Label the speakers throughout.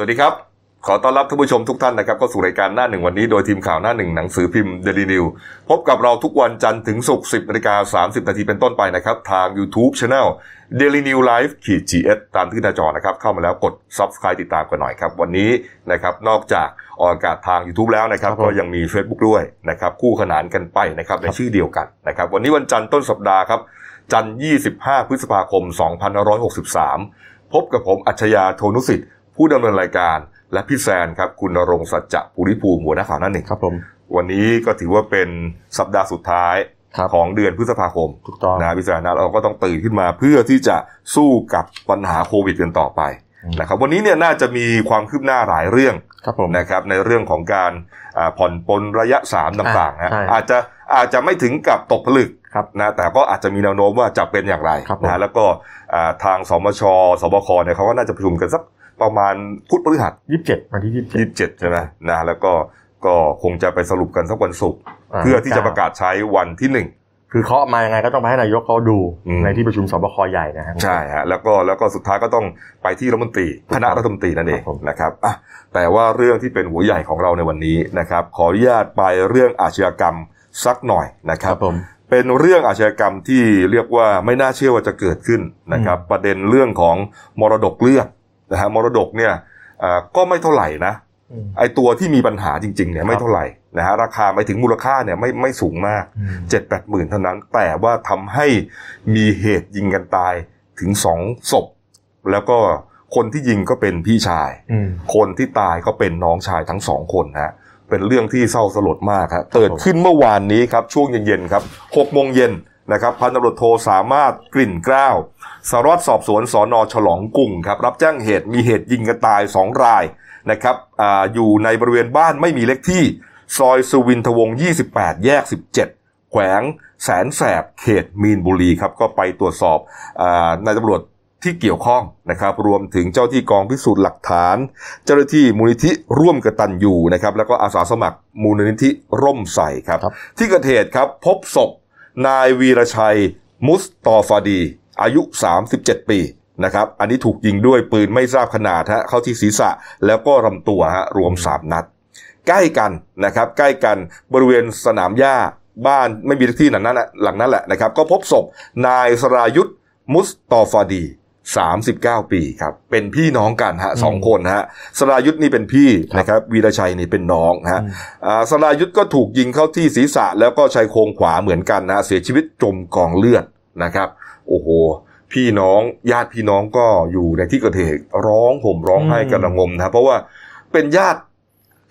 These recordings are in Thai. Speaker 1: สวัสดีครับ ขอต้อนรับท่านผู้ชมทุกท่านนะครับก็สู่รายการหน้าหนึ่งวันนี้โดยทีมข่าวหน้าหนึ่งหนังสือพิมพ์เดลีนิวพบกับเราทุกวันจันทร์ถึงศุกร์10นาฬิกา30นาทีเป็นต้นไปนะครับ ทาง YouTube Channel Daily New Life ขีด GS ตามที่หน้าจอนะครับ เข้ามาแล้วกด Subscribe ติดตามกันหน่อยครับ วันนี้นะครับนอกจากออกอากาศทาง YouTube แล้วนะครับ ก็ยังมี Facebook ด้วยนะครับคู่ขนานกันไปนะครับในชื่อเดียวกันนะครับวันนี้วันจันทร์ต้นสัปดาห์ครับจันทร์25 พฤษภาคม 2563 พบกับผมอัจฉริยะโทนุสิทธิ์ ผู้ดำเนินรายการและพี่แซนครับ คุณณรงค์สัจจะภูริภูมิหัวหน้าข่าวหน้าหนึ่ง
Speaker 2: ครับผม
Speaker 1: วันนี้ก็ถือว่าเป็นสัปดาห์สุดท้าย
Speaker 2: ครับ
Speaker 1: ของเดือนพฤษภาคม
Speaker 2: ถูกต้อง
Speaker 1: นะพี่แซนนะเราก็ต้องตื่นขึ้นมาเพื่อที่จะสู้กับปัญหาโควิดกันต่อไป
Speaker 2: อืม
Speaker 1: นะครับ วันนี้เนี่ยน่าจะมีความคืบหน้าหลายเรื่อง
Speaker 2: ครับผม
Speaker 1: นะครับในเรื่องของการอ่าผ่อนปลนระยะ 3 ต่างๆนะ
Speaker 2: ใช่
Speaker 1: อาจจะอาจจะไม่ถึงกับตกผลึก
Speaker 2: ครับ
Speaker 1: นะแต่ก็อาจจะมีแนวโน้มว่าจะเป็นอย่างไร
Speaker 2: ครับผม
Speaker 1: นะแล้วก็อ่าทางสมชสบคเนี่ยเขาก็น่าจะประชุมกันสักประมาณพุธพฤหัส
Speaker 2: ยี่สิบเจ็ดวันที่ยี่สิบเจ็ด
Speaker 1: ยี่สิบเจ็ดใช่ไหมนะแล้วก็ก็คงจะไปสรุปกันสักวันศุกร์เพื่อที่จะประกาศใช้วันที่หนึ่ง
Speaker 2: คือเคาะมายังไงก็ต้องไปให้นายกเขาดู
Speaker 1: อืม
Speaker 2: ในที่ประชุมสบคใหญ่นะฮะ
Speaker 1: ใช่ฮะแล้วก็แล้วก็สุดท้ายก็ต้องไปที่รัฐมนตรีคณะรัฐมนตรีนั่นเอง
Speaker 2: ครับผม
Speaker 1: นะครับอ่ะแต่ว่าเรื่องที่เป็นหัวใหญ่ของเราในวันนี้นะครับ ขออนุญาตไปเรื่องอาชญากรรมสักหน่อยนะค
Speaker 2: ค
Speaker 1: รั
Speaker 2: รับ บผม
Speaker 1: เป็นเรื่องอาชญากรรมที่เรียกว่าไม่น่าเชื่อว่าจะเกิดขึ้นนะครับ ประเด็นเรื่องของมรดกเลือดนะฮะมรดกเนี่ยอ่าก็ไม่เท่าไหร่นะไอตัวที่มีปัญหาจริงๆเนี่ยไม่เท่าไหร่นะฮะราคาไม่ถึงมูลค่าเนี่ยไม่ไม่สูงมาก เจ็ดแปดหมื่นเท่านั้น แต่ว่าทำให้มีเหตุยิงกันตายถึงสองศพ แล้วก็คนที่ยิงก็เป็นพี่ชาย
Speaker 2: อืม
Speaker 1: คนที่ตายก็เป็นน้องชายทั้งสองคนฮะเป็นเรื่องที่เศร้าสลดมากครับเกิดขึ้นเมื่อวานนี้ครับ ช่วงเย็นๆครับหกโมงเย็นนะครับพันตำรวจโทสามารถกลิ่นเกล้าวสารวัตรสอบสวนสอนอฉลองกรุงครับ รับแจ้งเหตุมีเหตุยิงกันตายสองรายนะครับอาอยู่ในบริเวณบ้านไม่มีเลขที่ ซอยสุวินทวงศ์28 แยก 17 แขวงแสนแสบเขตมีนบุรีครับ ก็ไปตรวจสอบอานายตำรวจที่เกี่ยวข้องนะครับ รวมถึงเจ้าที่กองพิสูจน์หลักฐาน เจ้าหน้าที่มูลนิธิร่วมกตันยูนะครับแล้วก็อาสาสมัครมูลนิธิร่มใส่ครับ
Speaker 2: ครับ
Speaker 1: ที่เกิดเหตุครับ พบศพนายวีรชัย มุสตอฟาดี อายุ 37 ปีนะครับ อันนี้ถูกยิงด้วยปืนไม่ทราบขนาดฮะเข้าที่ศีรษะแล้วก็ลำตัวฮะรวม 3 นัด ใกล้กันนะครับ ใกล้กันบริเวณสนามหญ้าบ้านไม่มีเลขที่หลังนั้นน่ะหลังนั้นแหละนะครับ ก็พบศพนายสรายุทธมุสตอฟาดี 39 ปีครับ เป็นพี่น้องกันฮะสองคนฮะสรายุทธนี่เป็นพี่นะครับ วีรชัยนี่เป็นน้องฮะ อ่าสรายุทธก็ถูกยิงเข้าที่ศีรษะแล้วก็ชายโครงขวาเหมือนกันนะเสียชีวิตจมกองเลือดนะครับ โอ้โห พี่น้องญาติพี่น้องก็อยู่ในที่เกิดเหตุร้องห่มร้องไห้กันระงมนะเพราะว่าเป็นญาติ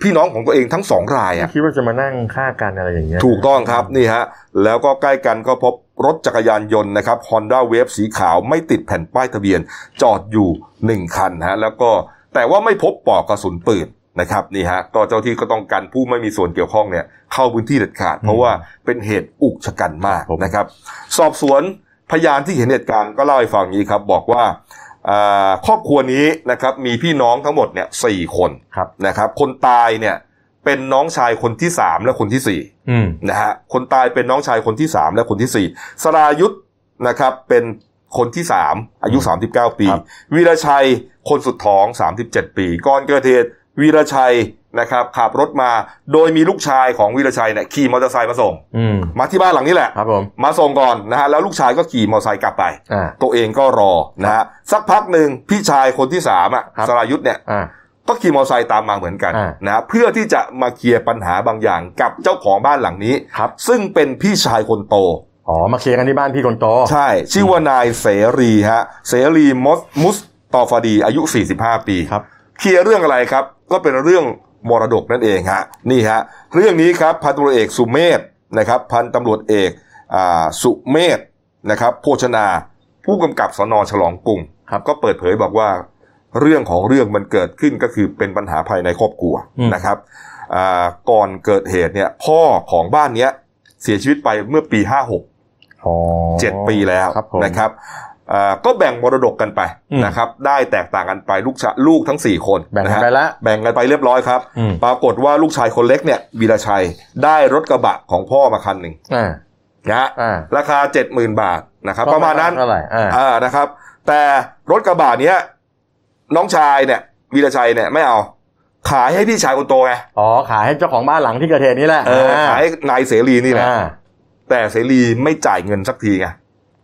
Speaker 1: พี่น้องของตัวเองทั้งสองราย
Speaker 2: ไม่
Speaker 1: อ่ะ
Speaker 2: คิดว่าจะมานั่งฆ่ากันอะไรอย่างเงี้ย
Speaker 1: ถูกต้องครับนี่ฮะแล้วก็ใกล้กันก็พบรถจักรยานยนต์นะครับ Honda Wave สีขาวไม่ติดแผ่นป้ายทะเบียน จอดอยู่หนึ่งคันฮะแล้วก็แต่ว่าไม่พบปลอกกระสุนปืนนะครับนี่ฮะก็เจ้าที่ก็ต้องกันผู้ไม่มีส่วนเกี่ยวข้องเนี่ยเข้าพื้นที่เด็ดขาด เพราะว่าเป็นเหตุอุกชะกันมาก
Speaker 2: ครับผม
Speaker 1: นะครับ สอบสวนพยานที่เห็นเหตุการณ์ก็เล่าให้ฟังอย่างนี้ครับบอกว่าอ่าครอบครัวนี้นะครับมีพี่น้องทั้งหมดเนี่ยสี่คน
Speaker 2: ครับ
Speaker 1: นะครับ คนตายเนี่ยเป็นน้องชายคนที่สามและคนที่สี่
Speaker 2: อืม
Speaker 1: นะฮะคนตายเป็นน้องชายคนที่ 3 และคนทีสี่4สรายุทธนะครับเป็นคนที่ 3 อายุ 39 ปี
Speaker 2: ครับ
Speaker 1: วีรชัยคนสุดท้อง 37 ปี ก่อนเกิดเหตุวีรชัยนะครับขับรถมาโดยมีลูกชายของวีรชัยเนี่ยขี่มอเตอร์ไซค์มาส่ง
Speaker 2: อืม
Speaker 1: มาที่บ้านหลังนี้แหละ
Speaker 2: ครับผม
Speaker 1: มาส่งก่อนนะฮะแล้วลูกชายก็ขี่มอเตอร์ไซค์กลับไป
Speaker 2: อ่า
Speaker 1: ตัวเองก็รอนะฮะสักพักหนึ่งพี่ชายคนที่สามอ่ะ
Speaker 2: ครับ
Speaker 1: สรายุทธเนี่ย
Speaker 2: อ่า
Speaker 1: ก็ขี่มอเตอร์ไซค์ตามมาเหมือนกัน
Speaker 2: อ่า
Speaker 1: นะฮะเพื่อที่จะมาเคลียร์ปัญหาบางอย่างกับเจ้าของบ้านหลังนี้
Speaker 2: ครับ
Speaker 1: ซึ่งเป็นพี่ชายคนโต
Speaker 2: อ๋อ มาเคลียร์กันที่บ้านพี่คนโต
Speaker 1: ใช่ ชื่อว่านายเสรีฮะเสรีมอสมุสตอฟาดี อายุ 45 ปี
Speaker 2: ครับ
Speaker 1: เคลียร์เรื่องอะไรครับ ก็เป็นเรื่องมรดกนั่นเองฮะนี่ฮะเรื่องนี้ครับพันตำรวจเอกสุเมธนะครับพันตำรวจเอกอ่าสุเมธนะครับโภชนา ผู้กำกับสนฉลองกรุง
Speaker 2: ครับ
Speaker 1: ก็เปิดเผยบอกว่า เรื่องของเรื่องมันเกิดขึ้นก็คือเป็นปัญหาภายในครอบครัว
Speaker 2: อืม
Speaker 1: นะครับอ่าก่อนเกิดเหตุเนี่ยพ่อของบ้านเนี้ยเสียชีวิตไปเมื่อปี 56
Speaker 2: อ๋อ
Speaker 1: เจ็ดปีแล้ว
Speaker 2: ครับผม
Speaker 1: นะครับอ่าก็แบ่งมรดกกันไป
Speaker 2: อืม
Speaker 1: นะครับ ได้แตกต่างกันไปลูกชะลูกทั้ง 4 คน
Speaker 2: แบ่ง
Speaker 1: นะ
Speaker 2: กัน
Speaker 1: ฮะ
Speaker 2: ไปละ
Speaker 1: แบ่งกันไปเรียบร้อยครับ
Speaker 2: อืม
Speaker 1: ปรากฏว่าลูกชายคนเล็กเนี่ยวีรชัยได้รถกระบะของพ่อมาคันหนึ่ง
Speaker 2: อ่า
Speaker 1: นะฮะ
Speaker 2: อ่า
Speaker 1: ราคา 70,000 บาทนะครับ ประมาณนั้น
Speaker 2: เท่าไหร่อ่า
Speaker 1: อ่านะครับ แต่รถกระบะเนี้ยน้องชายเนี่ย วีรชัยเนี่ยไม่เอา ขายให้พี่ชายคนโตไง
Speaker 2: อ๋อขายให้เจ้าของบ้านหลังที่เกิดเหตุนี่แหละ
Speaker 1: เออขายให้นายเสรีนี่แหละ
Speaker 2: อ่า
Speaker 1: แต่เสรีไม่จ่ายเงินสักทีไง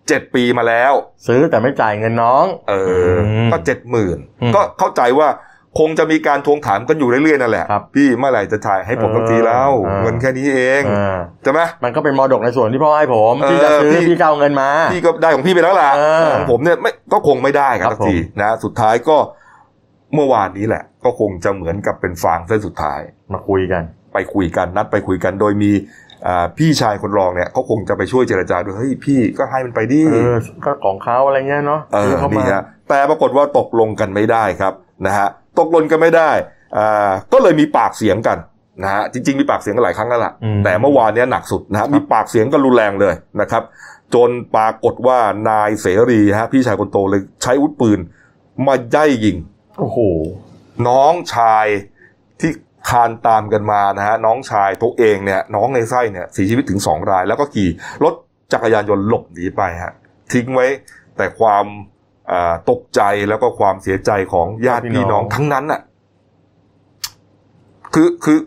Speaker 1: เจ็ดปีมาแล้ว
Speaker 2: ซื้อแต่ไม่จ่ายเงินน้อง
Speaker 1: เออ
Speaker 2: ม
Speaker 1: ก็เจ็ดหมื่น
Speaker 2: อืม
Speaker 1: ก็เข้าใจว่าคงจะมีการทวงถามกันอยู่เรื่อยๆนั่นแหละ
Speaker 2: ครับ
Speaker 1: พี่เมื่อไหร่จะจ่ายให้ผมสักทีแล้ว
Speaker 2: เออ
Speaker 1: เงินแค่นี้เอง
Speaker 2: อ่า
Speaker 1: ใช่ไหม
Speaker 2: มันก็เป็นมรดกในส่วนที่พ่อให้ผม
Speaker 1: เออ
Speaker 2: ที่จะซื้อ
Speaker 1: พี่
Speaker 2: พี่ก็เอาเงินมา
Speaker 1: พี่ก็ได้ของพี่ไปแล้วล่ะ
Speaker 2: เออ
Speaker 1: ของผมเนี่ยไม่ก็คงไม่ได้กัน
Speaker 2: ครับ
Speaker 1: สักทีนะ สุดท้ายก็เมื่อวานนี้แหละ ก็คงจะเหมือนกับเป็นฟางเส้นสุดท้าย
Speaker 2: มาคุยกัน
Speaker 1: ไปคุยกันนัดไปคุยกันโดยมีอ่าพี่ชายคนรองเนี่ยเขาคงจะไปช่วยเจรจาด้วยเฮ้ยพี่ก็ให้มันไปดิ
Speaker 2: เออก็ของเขาอะไรเงี้ยเนาะ
Speaker 1: เอ
Speaker 2: ซื้
Speaker 1: อ
Speaker 2: เข้ามา
Speaker 1: นี่ฮะแต่ปรากฏว่าตกลงกันไม่ได้ครับนะฮะตกลงกันไม่ได้อ่าก็เลยมีปากเสียงกันนะฮะจริงๆมีปากเสียงกันหลายครั้งแล้วล่ะ
Speaker 2: อืม
Speaker 1: แต่เมื่อวานเนี้ยหนักสุดนะฮะมีปากเสียงกันรุนแรงเลยนะครับ จนปรากฏว่านายเสรีฮะพี่ชายคนโตเลยใช้อาวุธปืน มาย่ายยิง
Speaker 2: โอ้โห
Speaker 1: น้องชายที่คานตามกันมานะฮะน้องชายตัวเองเนี่ยน้องในไส้เนี่ยเสียชีวิตถึงสองราย แล้วก็ขี่รถจักรยานยนต์หลบหนีไปฮะทิ้งไว้แต่ความอ่าตกใจแล้วก็ความเสียใจของญาติ
Speaker 2: พี่
Speaker 1: พี่
Speaker 2: น้
Speaker 1: น้อ
Speaker 2: อง ง
Speaker 1: ทั้งนั้นน่ะคือคือ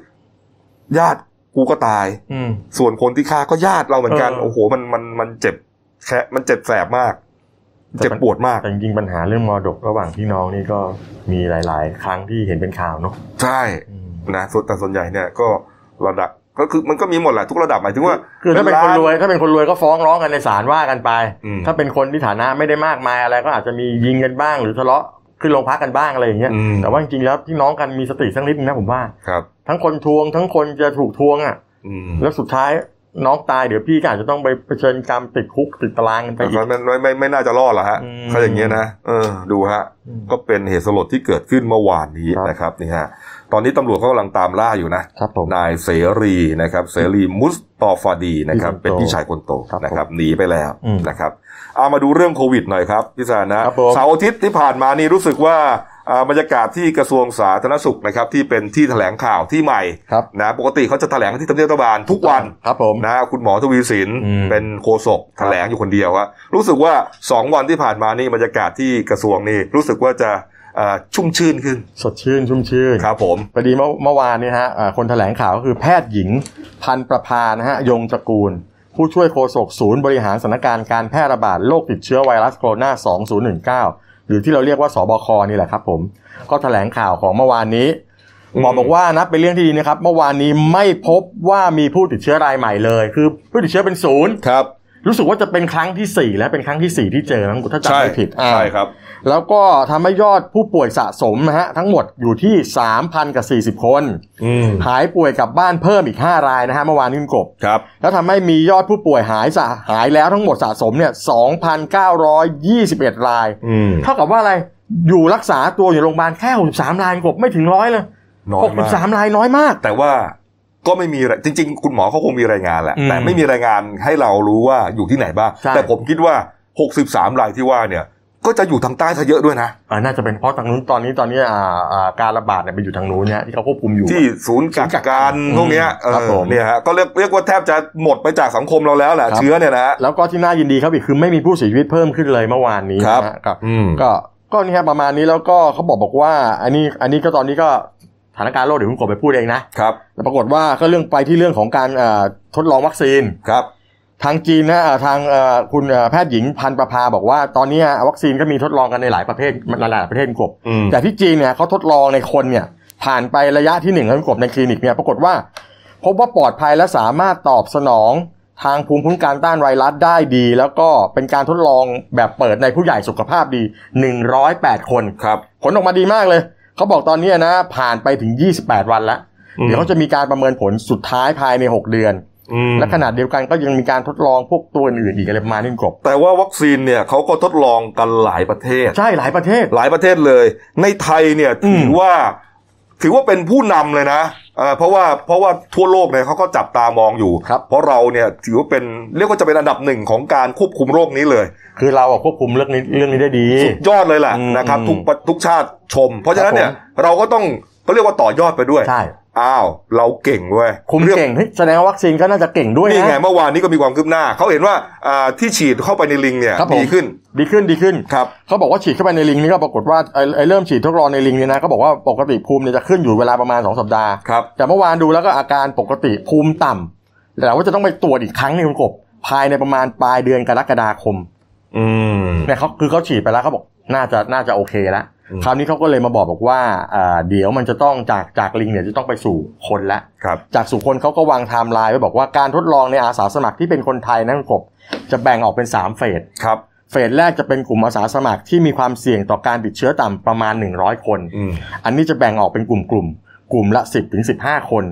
Speaker 1: ญาติกูก็ตาย
Speaker 2: อืม
Speaker 1: ส่วนคนที่ฆ่าก็ญาติเราเหมือนกัน
Speaker 2: เออ
Speaker 1: โอ้โหมันมันมันเจ็บแค่มันเจ็บแสบมาก
Speaker 2: แต่มัน
Speaker 1: เจ็บปวดมาก
Speaker 2: แต่จริงๆปัญหาเรื่องมรดกระหว่างพี่น้องนี่ก็มีหลาย ๆ ครั้งที่เห็นเป็นข่าวเนาะ
Speaker 1: ใช่
Speaker 2: อืม
Speaker 1: นะส่วนแต่ส่วนใหญ่เนี่ยก็ระดับก็คือมันก็มีหมดแหละทุกระดับหมายถึงว่า
Speaker 2: คือถ้าเป็นคนรวยถ้าเป็นคนรวยก็ฟ้องร้องกันในศาลว่ากันไป
Speaker 1: อืม
Speaker 2: ถ้าเป็นคนที่ฐานะไม่ได้มากมายอะไรก็อาจจะมียิงกันบ้างหรือทะเลาะขึ้นโรงพักกันบ้างอะไรอย่างเงี้ย
Speaker 1: อืม
Speaker 2: แต่ว่าจริงๆแล้วพี่น้องกันมีสติสักนิดนึงนะผมว่า
Speaker 1: ครับ
Speaker 2: ทั้งคนทวงทั้งคนจะถูกทวงอ่ะ
Speaker 1: อืม
Speaker 2: แล้วสุดท้ายน้องตายเดี๋ยวพี่ก็อาจจะต้องไปเผชิญกรรมติดคุกติดตารางกันไป
Speaker 1: แต่
Speaker 2: อีก
Speaker 1: ก็ไม่ไม่ไม่ไม่น่าจะรอดหรอกฮะ
Speaker 2: อืม
Speaker 1: ถ้าอย่างเงี้ยนะเออดูฮะ
Speaker 2: อืม
Speaker 1: ก็เป็นเหตุสลดที่เกิดขึ้นเมื่อวานนี้
Speaker 2: ครับ
Speaker 1: นะครับนี่ฮะตอนนี้ตำรวจเขากำลังตามล่าอยู่นะครับ
Speaker 2: ผม
Speaker 1: นายเสรีนะครับ เสรีมุสตอฟาดีนะครับ
Speaker 2: พี่คนโต
Speaker 1: เป็นพี่ชายคนโต
Speaker 2: ครับ
Speaker 1: นะครับหนีไปแล้ว
Speaker 2: อืม
Speaker 1: นะครับเอามาดูเรื่องโควิดหน่อยครับพี่สานะครับ
Speaker 2: ผม
Speaker 1: เสาร์อาทิตย์ที่ผ่านมานี่รู้สึกว่าอ่าบรรยากาศที่กระทรวงสาธารณสุขนะครับ ที่เป็นที่แถลงข่าวที่ใหม่
Speaker 2: ครับ
Speaker 1: นะปกติเขาจะแถลงที่ทำเนียบรัฐบาลทุกวัน
Speaker 2: ครับผม
Speaker 1: นะฮะคุณหมอทวีสิน
Speaker 2: อืม
Speaker 1: เป็นโฆษกแถลงอยู่คนเดียวครับรู้สึกว่าสองวันที่ผ่านมานี่บรรยากาศที่กระทรวงนี่รู้สึกว่าจะเอ่อชุ่มชื่นขึ้น
Speaker 2: สดชื่นชุ่มชื่น
Speaker 1: ครับผม
Speaker 2: พอดีเมื่อเมื่อวานเนี่ยฮะอ่าคนแถลงข่าวก็คือแพทย์หญิง พันประพานะฮะยงตระกูล ผู้ช่วยโฆษกศูนย์บริหารสถานการณ์การแพร่ระบาดโรคติดเชื้อไวรัสโคโรนา 2019 หรือที่เราเรียกว่าสบคนี่แหละครับผม ก็แถลงข่าวของเมื่อวานนี้
Speaker 1: อืม
Speaker 2: หมอบอกว่านับเป็นเรื่องที่ดีนะครับ เมื่อวานนี้ไม่พบว่ามีผู้ติดเชื้อรายใหม่เลย คือผู้ติดเชื้อเป็นศูนย์
Speaker 1: ครับ
Speaker 2: รู้สึกว่าจะเป็นครั้งที่ 4 และเป็นครั้งทีสี่ 4 ที่เจอมั้งถ้าจำ
Speaker 1: ใช่
Speaker 2: ไม่ผิดอ่า
Speaker 1: ใช่ครับ
Speaker 2: แล้วก็ทำให้ยอดผู้ป่วยสะสมนะฮะทั้งหมดอยู่ที่ 3,000 กับ 40 คน
Speaker 1: อืม
Speaker 2: หายป่วยกลับบ้านเพิ่มอีก 5 รายนะฮะเมื่อวานนี้คุณกบ
Speaker 1: ครับ
Speaker 2: แล้วทำให้มียอดผู้ป่วยหายสะหายแล้วทั้งหมดสะสมเนี่ย 2,921 ราย
Speaker 1: อืม
Speaker 2: เท่ากับว่าอะไรอยู่รักษาตัวอยู่โรงพยาบาลแค่63รายคุณกบไม่ถึงร้อยเลย
Speaker 1: น้อยมาก
Speaker 2: 63รายน้อยมาก
Speaker 1: แต่ว่าก็ไม่มีอะไรจริง ๆ คุณหมอเขาคงมีรายงานแหละ
Speaker 2: อืม
Speaker 1: แต่ไม่มีรายงานให้เรารู้ว่าอยู่ที่ไหนบ้าง
Speaker 2: ใช่
Speaker 1: แต่ผมคิดว่า 63รายที่ว่าเนี่ย ก็จะอยู่ทางใต้ซะเยอะด้วยนะ
Speaker 2: อ่าน่าจะเป็นเพราะทางนู้นตอนนี้ตอนนี้อ่าอ่าการระบาดเนี่ยไปอยู่ทางนู้นเนี่ยที่เขาควบคุมอยู่
Speaker 1: ที่ศูนย์กักกัน
Speaker 2: อืม
Speaker 1: พวกเนี้ยเอ
Speaker 2: ครับผ
Speaker 1: อ
Speaker 2: ม
Speaker 1: เนี่ยฮะก็เรียกเรียกว่าแทบจะหมดไปจากสังคมเราแล้วแหละ
Speaker 2: ครับ
Speaker 1: เชื้อเนี่ยนะฮะ
Speaker 2: แล้วก็ที่น่ายินดีครับอีกคือไม่มีผู้เสียชีวิตเพิ่มขึ้นเลยเมื่อวานนี้
Speaker 1: ครับ
Speaker 2: นะฮะก็
Speaker 1: อืม
Speaker 2: ก็ก็นี่ครับประมาณนี้แล้วก็เขาบอกบอกว่า อันนี้อันนี้ก็ตอนนี้ก็สถานการณ์โลกเดี๋ยวคุณกบไปพูดเองนะครับ แต่ปรากฏว่าก็เรื่องไปที่เรื่องของการเอ่อทดลองวัคซีน
Speaker 1: ครับ
Speaker 2: ทางจีนนะเอ่อทางเอ่อคุณเอ่อแพทย์หญิงพันประภาบอกว่าตอนนี้วัคซีนก็มีทดลองกันในหลายประเภทหลายๆประเทศคุณกบ
Speaker 1: อืม
Speaker 2: แต่ที่จีนเนี่ยเขาทดลองในคนเนี่ยผ่านไประยะที่หนึ่งแล้วกบในคลินิกเนี่ยปรากฏว่า พบว่าปลอดภัยและสามารถตอบสนองทางภูมิคุ้มกันต้านไวรัสได้ดี แล้วก็เป็นการทดลองแบบเปิดในผู้ใหญ่สุขภาพดี 108 คน
Speaker 1: ครับ
Speaker 2: ผลออกมาดีมากเลย เขาบอกตอนเนี้ยนะผ่านไปถึง 28 วันแล้ว
Speaker 1: อืม
Speaker 2: เดี๋ยวเขาจะมีการประเมินผลสุดท้ายภายใน 6 เดือน
Speaker 1: อืม
Speaker 2: และขนาดเดียวกันก็ยังมีการทดลองพวกตัวอื่นๆอีกอะไรประมาณนี้กบ
Speaker 1: แต่ว่าวัคซีนเนี่ยเขาก็ทดลองกันหลายประเทศ
Speaker 2: ใช่หลายประเทศ
Speaker 1: หลายประเทศเลย ในไทยเนี่ย
Speaker 2: อื
Speaker 1: ถื
Speaker 2: ม
Speaker 1: อว่า ถือว่าเป็นผู้นำเลยนะเอ่อเพราะว่าเพราะว่าทั่วโลกเนี่ยเขาก็จับตามองอยู่
Speaker 2: ครับ
Speaker 1: เพราะเราเนี่ยถือว่าเป็นเรียกว่าจะเป็นอันดับหนึ่งของการควบคุมโรคนี้เลย
Speaker 2: คือเราอะควบคุมเรื่องนี้เรื่องนี้ได้ดี
Speaker 1: สุดยอดเลยแหละ
Speaker 2: อืม
Speaker 1: นะครับ
Speaker 2: อืม
Speaker 1: ทุกประทุกชาติชม เพราะฉะนั้นเนี่ย
Speaker 2: ครับผ
Speaker 1: เราก็ต้องเขาเรียกว่าต่อยอดไปด้วย
Speaker 2: ใช่
Speaker 1: อ้าว เราเก่งเว้ย
Speaker 2: คุม
Speaker 1: รื่อง
Speaker 2: เก่งเฮ้ยแสดงว่าวัคซีนก็น่าจะเก่งด้วย
Speaker 1: นี่ไง
Speaker 2: นะ
Speaker 1: เมื่อวานนี้ก็มีความคืบหน้า เขาเห็นว่าอ่าที่ฉีดเข้าไปในลิงเนี่ย
Speaker 2: ครับผม
Speaker 1: ดีขึ้น
Speaker 2: ดีขึ้นดีขึ้น
Speaker 1: ครับ
Speaker 2: เขาบอกว่าฉีดเข้าไปในลิงนี่ก็ปรากฏว่าไอ้ไอ้เริ่มฉีดทดลองในลิงเนี่ยนะเขาบอกว่าปกติภูมิเนี่ยจะขึ้นอยู่เวลาประมาณ 2 สัปดาห์
Speaker 1: ครับ
Speaker 2: แต่เมื่อวานดูแล้วก็อาการปกติภูมิต่ำแต่ว่าจะต้องไปตรวจอีกครั้งในงคุณกบภายในประมาณปลายเดือนกรกฎาคม
Speaker 1: อืม
Speaker 2: เนี่ยเขาคือเขาฉีดไปแล้วเขาบอกน่าจะน่าจะโอเคแล้ว
Speaker 1: อืม
Speaker 2: คราวนี้เขาก็เลยมาบอกบอกว่าอ่าเดี๋ยวมันจะต้องจากจากลิงเนี่ยจะต้องไปสู่คนละ
Speaker 1: ครับ
Speaker 2: จากสู่คนเขาก็วางไทม์ไลน์ไว้บอกว่าการทดลองในอาสาสมัครที่เป็นคนไทยนะคุณกบจะแบ่งออกเป็นสามเฟส
Speaker 1: ครับ
Speaker 2: เฟสแรกจะเป็นกลุ่มอาสาสมัครที่มีความเสี่ยงต่อการติดเชื้อต่ำประมาณ 100 คน
Speaker 1: อืม
Speaker 2: อันนี้จะแบ่งออกเป็นกลุ่มกลุ่มๆกลุ่มละ 10ถึง15 คน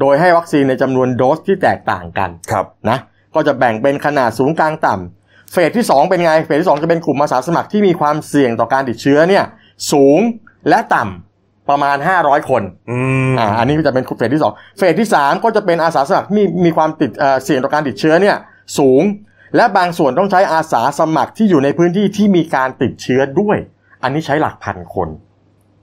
Speaker 2: โดยให้วัคซีนในจำนวนโดสที่แตกต่างกัน
Speaker 1: ครับ
Speaker 2: นะ ก็จะแบ่งเป็นขนาดสูงกลางต่ำ เฟสที่ 2 เป็นไง เฟสที่ 2 จะเป็นกลุ่มอาสาสมัครที่มีความเสี่ยงต่อการติดเชื้อเนี่ยสูงและต่ำประมาณ 500 คน
Speaker 1: อืม
Speaker 2: อ่าอันนี้ก็จะเป็นเฟสที่สองเฟสที่สามก็จะเป็นอาสาสมัครที่มีมีความติดเอ่อเสี่ยงต่อการติดเชื้อเนี่ยสูง และบางส่วนต้องใช้อาสาสมัครที่อยู่ในพื้นที่ที่มีการติดเชื้อด้วย อันนี้ใช้หลักพันคน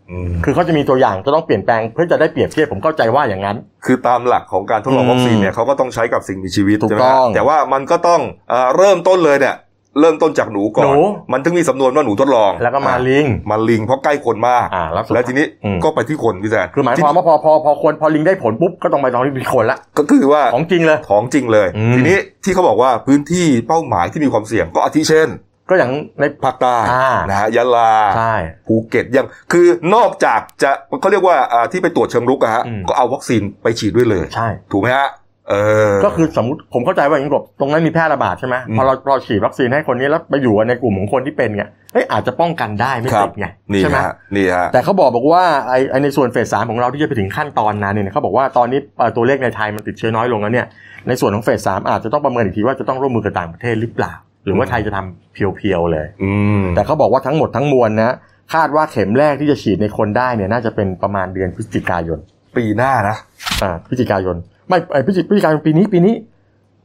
Speaker 1: อืม
Speaker 2: คือเขาจะมีตัวอย่างจะต้องเปลี่ยนแปลงเพื่อจะได้เปรียบเทียบผมเข้าใจว่าอย่างนั้น
Speaker 1: คือตามหลักของการทดลอง
Speaker 2: อืม
Speaker 1: วัคซีนเนี่ยเขาก็ต้องใช้กับสิ่งมีชีวิต
Speaker 2: ถูก
Speaker 1: ใช่ไหม
Speaker 2: ต้อง
Speaker 1: ฮะแต่ว่ามันก็ต้องเอ่อเริ่มต้นเลยเนี่ยเริ่มต้นจากหนูก่อน
Speaker 2: หนู
Speaker 1: มันถึงมีสำนวนว่าหนูทดลอง
Speaker 2: แล้วก็มา
Speaker 1: อ่ะ
Speaker 2: ลิงก์
Speaker 1: มาลิงเพราะใกล้คนมาก
Speaker 2: อ่าแล้วสุด
Speaker 1: แล้วทีนี้
Speaker 2: อืม
Speaker 1: ก็ไปที่คนพี่แซน
Speaker 2: คือหมายความว่าพอพอพอคนพอลิงก์ได้ผลปุ๊บก็ต้องไปลองที่คนละ
Speaker 1: ก็คือว่า
Speaker 2: ของจริงเลย
Speaker 1: ของจริงเลย
Speaker 2: อืม
Speaker 1: ทีนี้ที่เขาบอกว่าพื้นที่เป้าหมายที่มีความเสี่ยงก็อาทิเช่น
Speaker 2: ก็อย่างใน
Speaker 1: ภาคใต้
Speaker 2: อ่าน
Speaker 1: นะฮะยะลา
Speaker 2: ใช่
Speaker 1: ภูเก็ตยังคือนอกจากจะเขาเรียกว่าอ่าที่ไปตรวจเชิงรุกอะฮะ
Speaker 2: อืม
Speaker 1: ก็เอาวัคซีนไปฉีดด้วยเลย
Speaker 2: ใช่
Speaker 1: ถูกไหมฮะเออ
Speaker 2: ก็คือสมมติผมเข้าใจว่าอย่างนี้กบตรงนั้นมีแพร่ระบาดใช่ไหม
Speaker 1: อืม
Speaker 2: พอเราเราฉีดวัคซีนให้คนนี้แล้วไปอยู่ในกลุ่มของคนที่เป็นเนี่ยเอ้ยอาจจะป้องกันได้ไม่
Speaker 1: ครับ
Speaker 2: ติดไง
Speaker 1: นี่
Speaker 2: ใช่ไหม
Speaker 1: ฮะนี่ฮะ
Speaker 2: แต่เขาบอกบอกว่าไอ้ไอ้ในส่วนเฟสสามของเราที่จะไปถึงขั้นตอนนั้นเนี่ยเขาบอกว่าตอนนี้เอ่อตัวเลขในไทยมันติดเชื้อน้อยลงแล้วเนี่ยในส่วนของเฟสสามอาจจะต้องประเมินอีกทีว่าจะต้องร่วมมือกับต่างประเทศหรือเปล่า หรือว่าไทยจะทำเพียวๆเลย
Speaker 1: อืม
Speaker 2: แต่เขาบอกว่าทั้งหมดทั้งมวลนะคาดว่าเข็มแรกที่จะฉีดในคนได้เนี่ยน่าจะเป็นประมาณเดือนพฤศจิกายน
Speaker 1: ปีหน้านะ
Speaker 2: อ่าพฤศจิกายนไม่ไอ้พฤศจิพฤศจิกายนปีนี้ปีนี้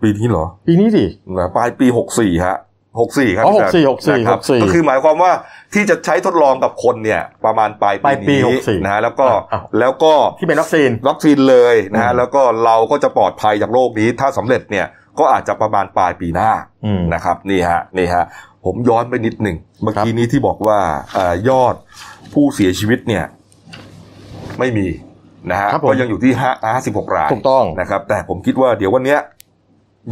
Speaker 1: ปีนี้เหรอ
Speaker 2: ปีนี้สิ
Speaker 1: นะปลายปี 64 ฮะ 64 ครับ
Speaker 2: อ๋อ
Speaker 1: พี่แซม
Speaker 2: 64 64
Speaker 1: นะครับ
Speaker 2: 64
Speaker 1: ก็คือหมายความว่าที่จะใช้ทดลองกับคนเนี่ย ประมาณปลาย
Speaker 2: ปลาย
Speaker 1: ปี
Speaker 2: ปี
Speaker 1: นี้
Speaker 2: 64
Speaker 1: นะฮะแล้วก็
Speaker 2: อ้าว
Speaker 1: แล้วก็
Speaker 2: ที่เป็นวัคซีน
Speaker 1: วัคซีนเลยนะฮะ
Speaker 2: อืม
Speaker 1: แล้วก็เราก็จะปลอดภัยจากโรคนี้ ถ้าสำเร็จเนี่ย ก็อาจจะประมาณปลายปีหน้า
Speaker 2: อืม
Speaker 1: นะครับนี่ฮะนี่ฮะ ผมย้อนไปนิดหนึ่งเมื่อกี้นี้ที่บอกว่าเอ่อยอดผู้เสียชีวิตเนี่ย ไม่มีนะฮะ
Speaker 2: ครับผม
Speaker 1: ก็ยังอยู่ที่56ราย
Speaker 2: ถูกต้อง
Speaker 1: นะครับแต่ผมคิดว่าเดี๋ยววันเนี้ย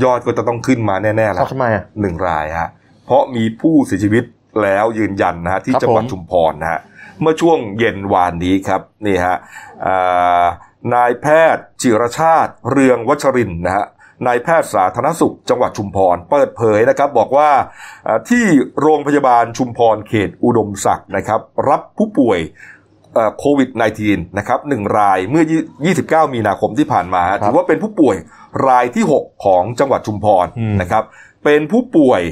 Speaker 1: ยอดก็จะต้องขึ้นมาแน่ๆแล้
Speaker 2: เอา
Speaker 1: ว
Speaker 2: ทำไมอ่ะ
Speaker 1: หนึ่งรายฮะเพราะมีผู้เสียชีวิตแล้วยืนยันนะฮะที่
Speaker 2: ครับ
Speaker 1: จังหวัด
Speaker 2: ผม
Speaker 1: ชุมพรนะฮะเมื่อช่วงเย็นวานนี้ครับนี่ฮะอ่านายแพทย์จิรชาติเรืองวัชรินทร์นะฮะนายแพทย์สาธารณสุข จังหวัดชุมพร เปิดเผยนะครับบอกว่าอ่าที่โรงพยาบาลชุมพรเขตอุดมศักดิ์นะครับรับผู้ป่วย เอ่อโควิด -19 นะครับหนึ่งรายเมื่อ 29 มีนาคมที่ผ่านมาฮะ
Speaker 2: ครับ
Speaker 1: ถือว่าเป็นผู้ป่วยรายที่ 6 ของจังหวัดชุมพร
Speaker 2: อืม
Speaker 1: นะครับ เป็นผู้ป่วย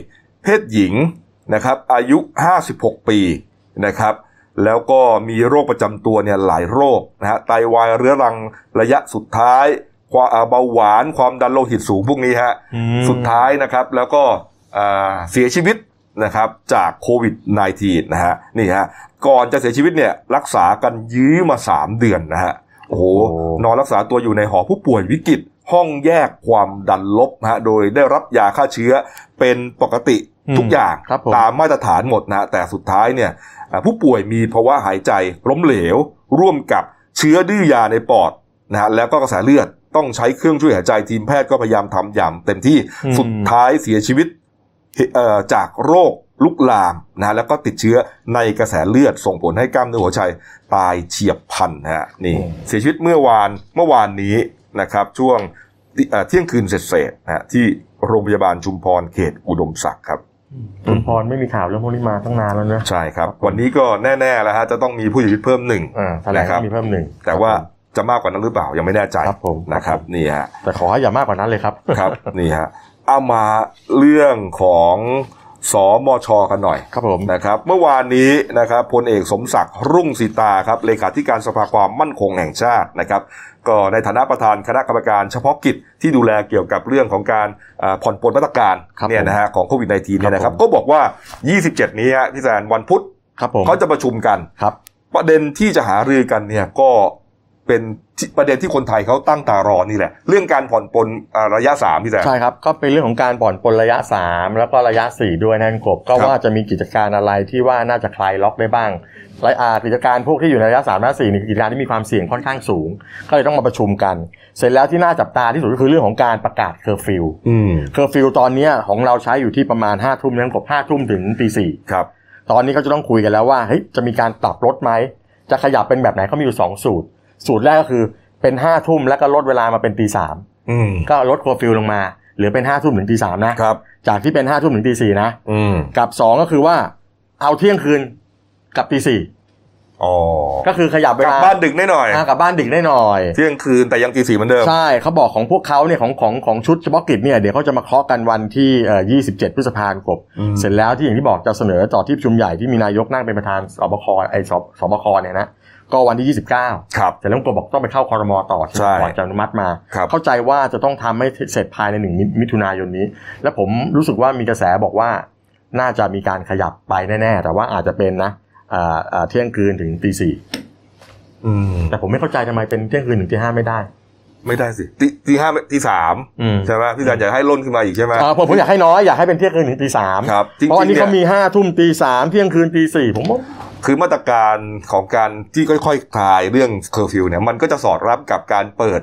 Speaker 1: เพศหญิงนะครับ อายุ 56 ปีนะครับ แล้วก็มีโรคประจำตัวเนี่ยหลายโรคนะฮะไตวายเรื้อรังระยะสุดท้ายความอ่าเบาหวานความดันโลหิตสูงพวกนี้ฮะ สุดท้ายนะครับแล้วก็อ่าเสียชีวิตนะครับจากโควิด -19 นะฮะนี่ฮะก่อนจะเสียชีวิตเนี่ยรักษากันยื้อมา 3 เดือนนะฮะโอ้โห
Speaker 2: โอ้
Speaker 1: นอนรักษาตัวอยู่ในหอผู้ป่วยวิกฤต ห้องแยกความดันลบนะฮะโดยได้รับยาฆ่าเชื้อเป็นปกติทุกอย่าง
Speaker 2: ครับผม
Speaker 1: ตามมาตรฐานหมดนะ แต่สุดท้ายเนี่ยอ่าผู้ป่วยมีภาวะหายใจล้มเหลว ร่วมกับเชื้อดื้อยาในปอดนะฮะแล้วก็กระแสเลือดต้องใช้เครื่องช่วยหายใจทีมแพทย์ก็พยายามทำอย่างเต็มที่
Speaker 2: อืม
Speaker 1: สุดท้ายเสียชีวิตเอ่อจากโรคลุกลามนะแล้วก็ติดเชื้อในกระแสเลือดส่งผลให้กล้ามเนื้อหัวใจตายเฉียบพลันนะฮะนี่เสียชีวิตเมื่อวานเมื่อวานนี้นะครับ ช่วงเอ่อเที่ยงคืนเสร็จๆนะฮะที่โรงพยาบาลชุมพรเขตอุดมศักดิ์ครับ
Speaker 2: ชุมพรไม่มีข่าวเรื่องพวกนี้มาตั้งนานแล้วนะ
Speaker 1: ใช่ครับ วันนี้ก็แน่ๆแล้วฮะจะต้องมีผู้เสียชีวิตเพิ่มหนึ่ง
Speaker 2: อ่าแถลง
Speaker 1: นะครับ
Speaker 2: มีเพิ่มหนึ่ง
Speaker 1: แต่ว่าจะมากกว่านั้นหรือเปล่ายังไม่แน่ใจ
Speaker 2: ครับผม
Speaker 1: นะครับนี่ฮะ
Speaker 2: แต่ขอให้อย่ามากกว่านั้นเลยครับ
Speaker 1: ครับนี่ฮะเอามาเรื่องของสอมชกันหน่อย
Speaker 2: ครับผม
Speaker 1: นะครับ เมื่อวานนี้นะครับพลเอกสมศักดิ์รุ่งสีตาครับเลขาธิการสภาความมั่นคงแห่งชาตินะครับ ก็ในฐานะประธานคณะกรรมการเฉพาะกิจที่ดูแลเกี่ยวกับเรื่องของการอ่าผ่อนปลนมาตรการ
Speaker 2: ครับ
Speaker 1: เนี่ยนะฮะของโควิด -19 เนี่ยนะครับ
Speaker 2: ครับผม
Speaker 1: ก็บอกว่า 27 นี้ฮะพี่แซนวันพุธ
Speaker 2: ครับผม
Speaker 1: เขาจะประชุมกัน
Speaker 2: ครับ
Speaker 1: ประเด็นที่จะหารือกันเนี่ยก็ เป็นที่ประเด็นที่คนไทยเขาตั้งตารอนี่แหละ เรื่องการผ่อนปลนอ่าระยะสามพี่แต่
Speaker 2: ใช่ครับก็เป็นเรื่องของการผ่อนปลนระยะ 3 แล้วก็ระยะ 4 ด้วยนะคุณกบก็
Speaker 1: ครับ
Speaker 2: ว่าจะมีกิจการอะไรที่ว่าน่าจะคลายล็อกได้บ้างและอ่ากิจการพวกที่อยู่ในระยะ3ระยะ4นี่คือกิจการที่มีความเสี่ยงค่อนข้างสูง ก็เลยต้องมาประชุมกัน เสร็จแล้วที่น่าจับตาที่สุดก็คือเรื่องของการประกาศเคอร์ฟิว
Speaker 1: อืม
Speaker 2: เคอร์ฟิวตอนเนี้ยของเราใช้อยู่ที่ประมาณ5้าทุ่มนะคุณกบห้าทุ่มถึงตีสี่
Speaker 1: ครับ
Speaker 2: ตอนนี้เขาจะต้องคุยกันแล้วว่าเฮ้ยจะมีการปรับลดไหมจะขยับเป็นแบบไหนเขามีอยู่สองสูตร สูตรแรกก็คือเป็นห้าทุ่มแล้วก็ลดเวลามาเป็นตีสาม
Speaker 1: อืม
Speaker 2: ก็ลดโคฟิลลงมาเหลือเป็นห้าทุ่มถึงตีสามนะครับ จากที่เป็นห้าทุ่มถึงตีสี่นะ
Speaker 1: อืม
Speaker 2: กับสองก็คือว่าเอาเที่ยงคืนกับตีสี่
Speaker 1: อ๋อ
Speaker 2: ก็คือขยับเว
Speaker 1: กลับ
Speaker 2: ลา
Speaker 1: บ้านดึกได้หน่อย
Speaker 2: อ่ากลับบ้านดึกได้หน่อย
Speaker 1: เที่ยงคืนแต่ยังตีสี่เหมือนเดิม
Speaker 2: ใช่เขาบอกของพวกเขาเนี่ยของของของชุดเฉพาะกิจเนี่ยเดี๋ยวเขาจะมาเคาะกันวันที่เอ่อ27 พฤษภาคมครับ
Speaker 1: อืม
Speaker 2: เสร็จแล้วที่อย่างที่บอกจะเสนอต่อที่ประชุมใหญ่ที่มีนายกนั่งเป็นประธานสบคไอ้สสบคเนี่ยนะก็วันที่ 29
Speaker 1: ครับ
Speaker 2: แต่แล้วกบบอกต้องไปเข้าคอรมอต่อใช่ไห
Speaker 1: ใช่
Speaker 2: มก่อนจะอนุมัติมา
Speaker 1: ครับ
Speaker 2: เข้าใจว่าจะต้องทำให้เสร็จภายในหนึ่งมิมิถุนายนนี้ และผมรู้สึกว่ามีกระแสบอกว่า น่าจะมีการขยับไปแน่ๆ แต่ว่าอาจจะเป็นนะอ่าอ่าเที่ยงคืนถึงตีสี่
Speaker 1: อืม
Speaker 2: แต่ผมไม่เข้าใจทำไมเป็นเที่ยงคืนถึงตีห้าไม่ได้
Speaker 1: ไม่ได้สิตีตีห้าตีสาม
Speaker 2: อืม
Speaker 1: ใช่ไหมพี่แต่จะให้ล่นขึ้นมาอีกใช่ไหม
Speaker 2: อ่าผมผมอยากให้น้อยอยากให้เป็นเที่ยงคืนถึงตีสาม
Speaker 1: ครับจริง
Speaker 2: เพราะอัน
Speaker 1: ๆ
Speaker 2: นี้
Speaker 1: เนี่
Speaker 2: เขา
Speaker 1: ย
Speaker 2: มีห้าทุ่มตีสามเที่ยงคืนตีสี่ผมว่า
Speaker 1: คือมาตรการของการที่ค่อยๆ คลายเรื่องเคอร์ฟิวเนี่ยมันก็จะสอดรับกับการเปิด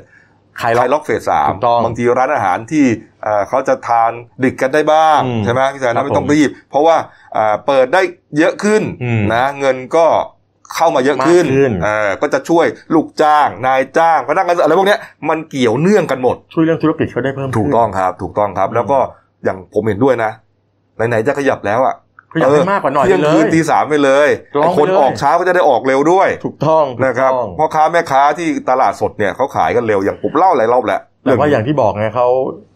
Speaker 2: คลายล็อก
Speaker 1: ล็อกเฟสสา
Speaker 2: ถู
Speaker 1: ม
Speaker 2: กต้อง
Speaker 1: บางทีร้านอาหารที่เอ่อเขาจะทานดึกกันได้บ้าง
Speaker 2: อืม
Speaker 1: ใช่ไหมพี่สาย
Speaker 2: ครั
Speaker 1: นะ
Speaker 2: บ
Speaker 1: ไม่ต้องรีบ เพราะว่าเอ่อเปิดได้เยอะขึ้น
Speaker 2: อืม
Speaker 1: นะเงินก็เข้ามาเยอะขึ้น
Speaker 2: มากขึ้น
Speaker 1: เอ่อก็จะช่วยลูกจ้าง นายจ้างพนักงานอะไรพวกเนี้ยมันเกี่ยวเนื่องกันหมด
Speaker 2: ช่วยเรื่องธุรกิจเขาได้เพิ่ม
Speaker 1: ถูก
Speaker 2: ขึ้น
Speaker 1: ต้องครับ ถูกต้องครับ แล้วก็อย่างผมเห็นด้วยนะไหนๆจะขยับแล้วอ่ะ
Speaker 2: ก็อยากให้มากกว่าหน่อย
Speaker 1: เที่ยง
Speaker 2: เล
Speaker 1: คืน
Speaker 2: ย
Speaker 1: ตีสามไปเลย
Speaker 2: ลองไปเลย
Speaker 1: ไอ้คนออกเช้าก็จะได้ออกเร็วด้วย
Speaker 2: ถูกต้องถูก
Speaker 1: นะครับ
Speaker 2: ต้อง
Speaker 1: พ่อค้าแม่ค้าที่ตลาดสดเนี่ยเขาขายกันเร็วอย่างผมเล่าหลายรอบแหละ
Speaker 2: แต่ว่าอย่าง
Speaker 1: เรื่
Speaker 2: ที่บอกไงเขา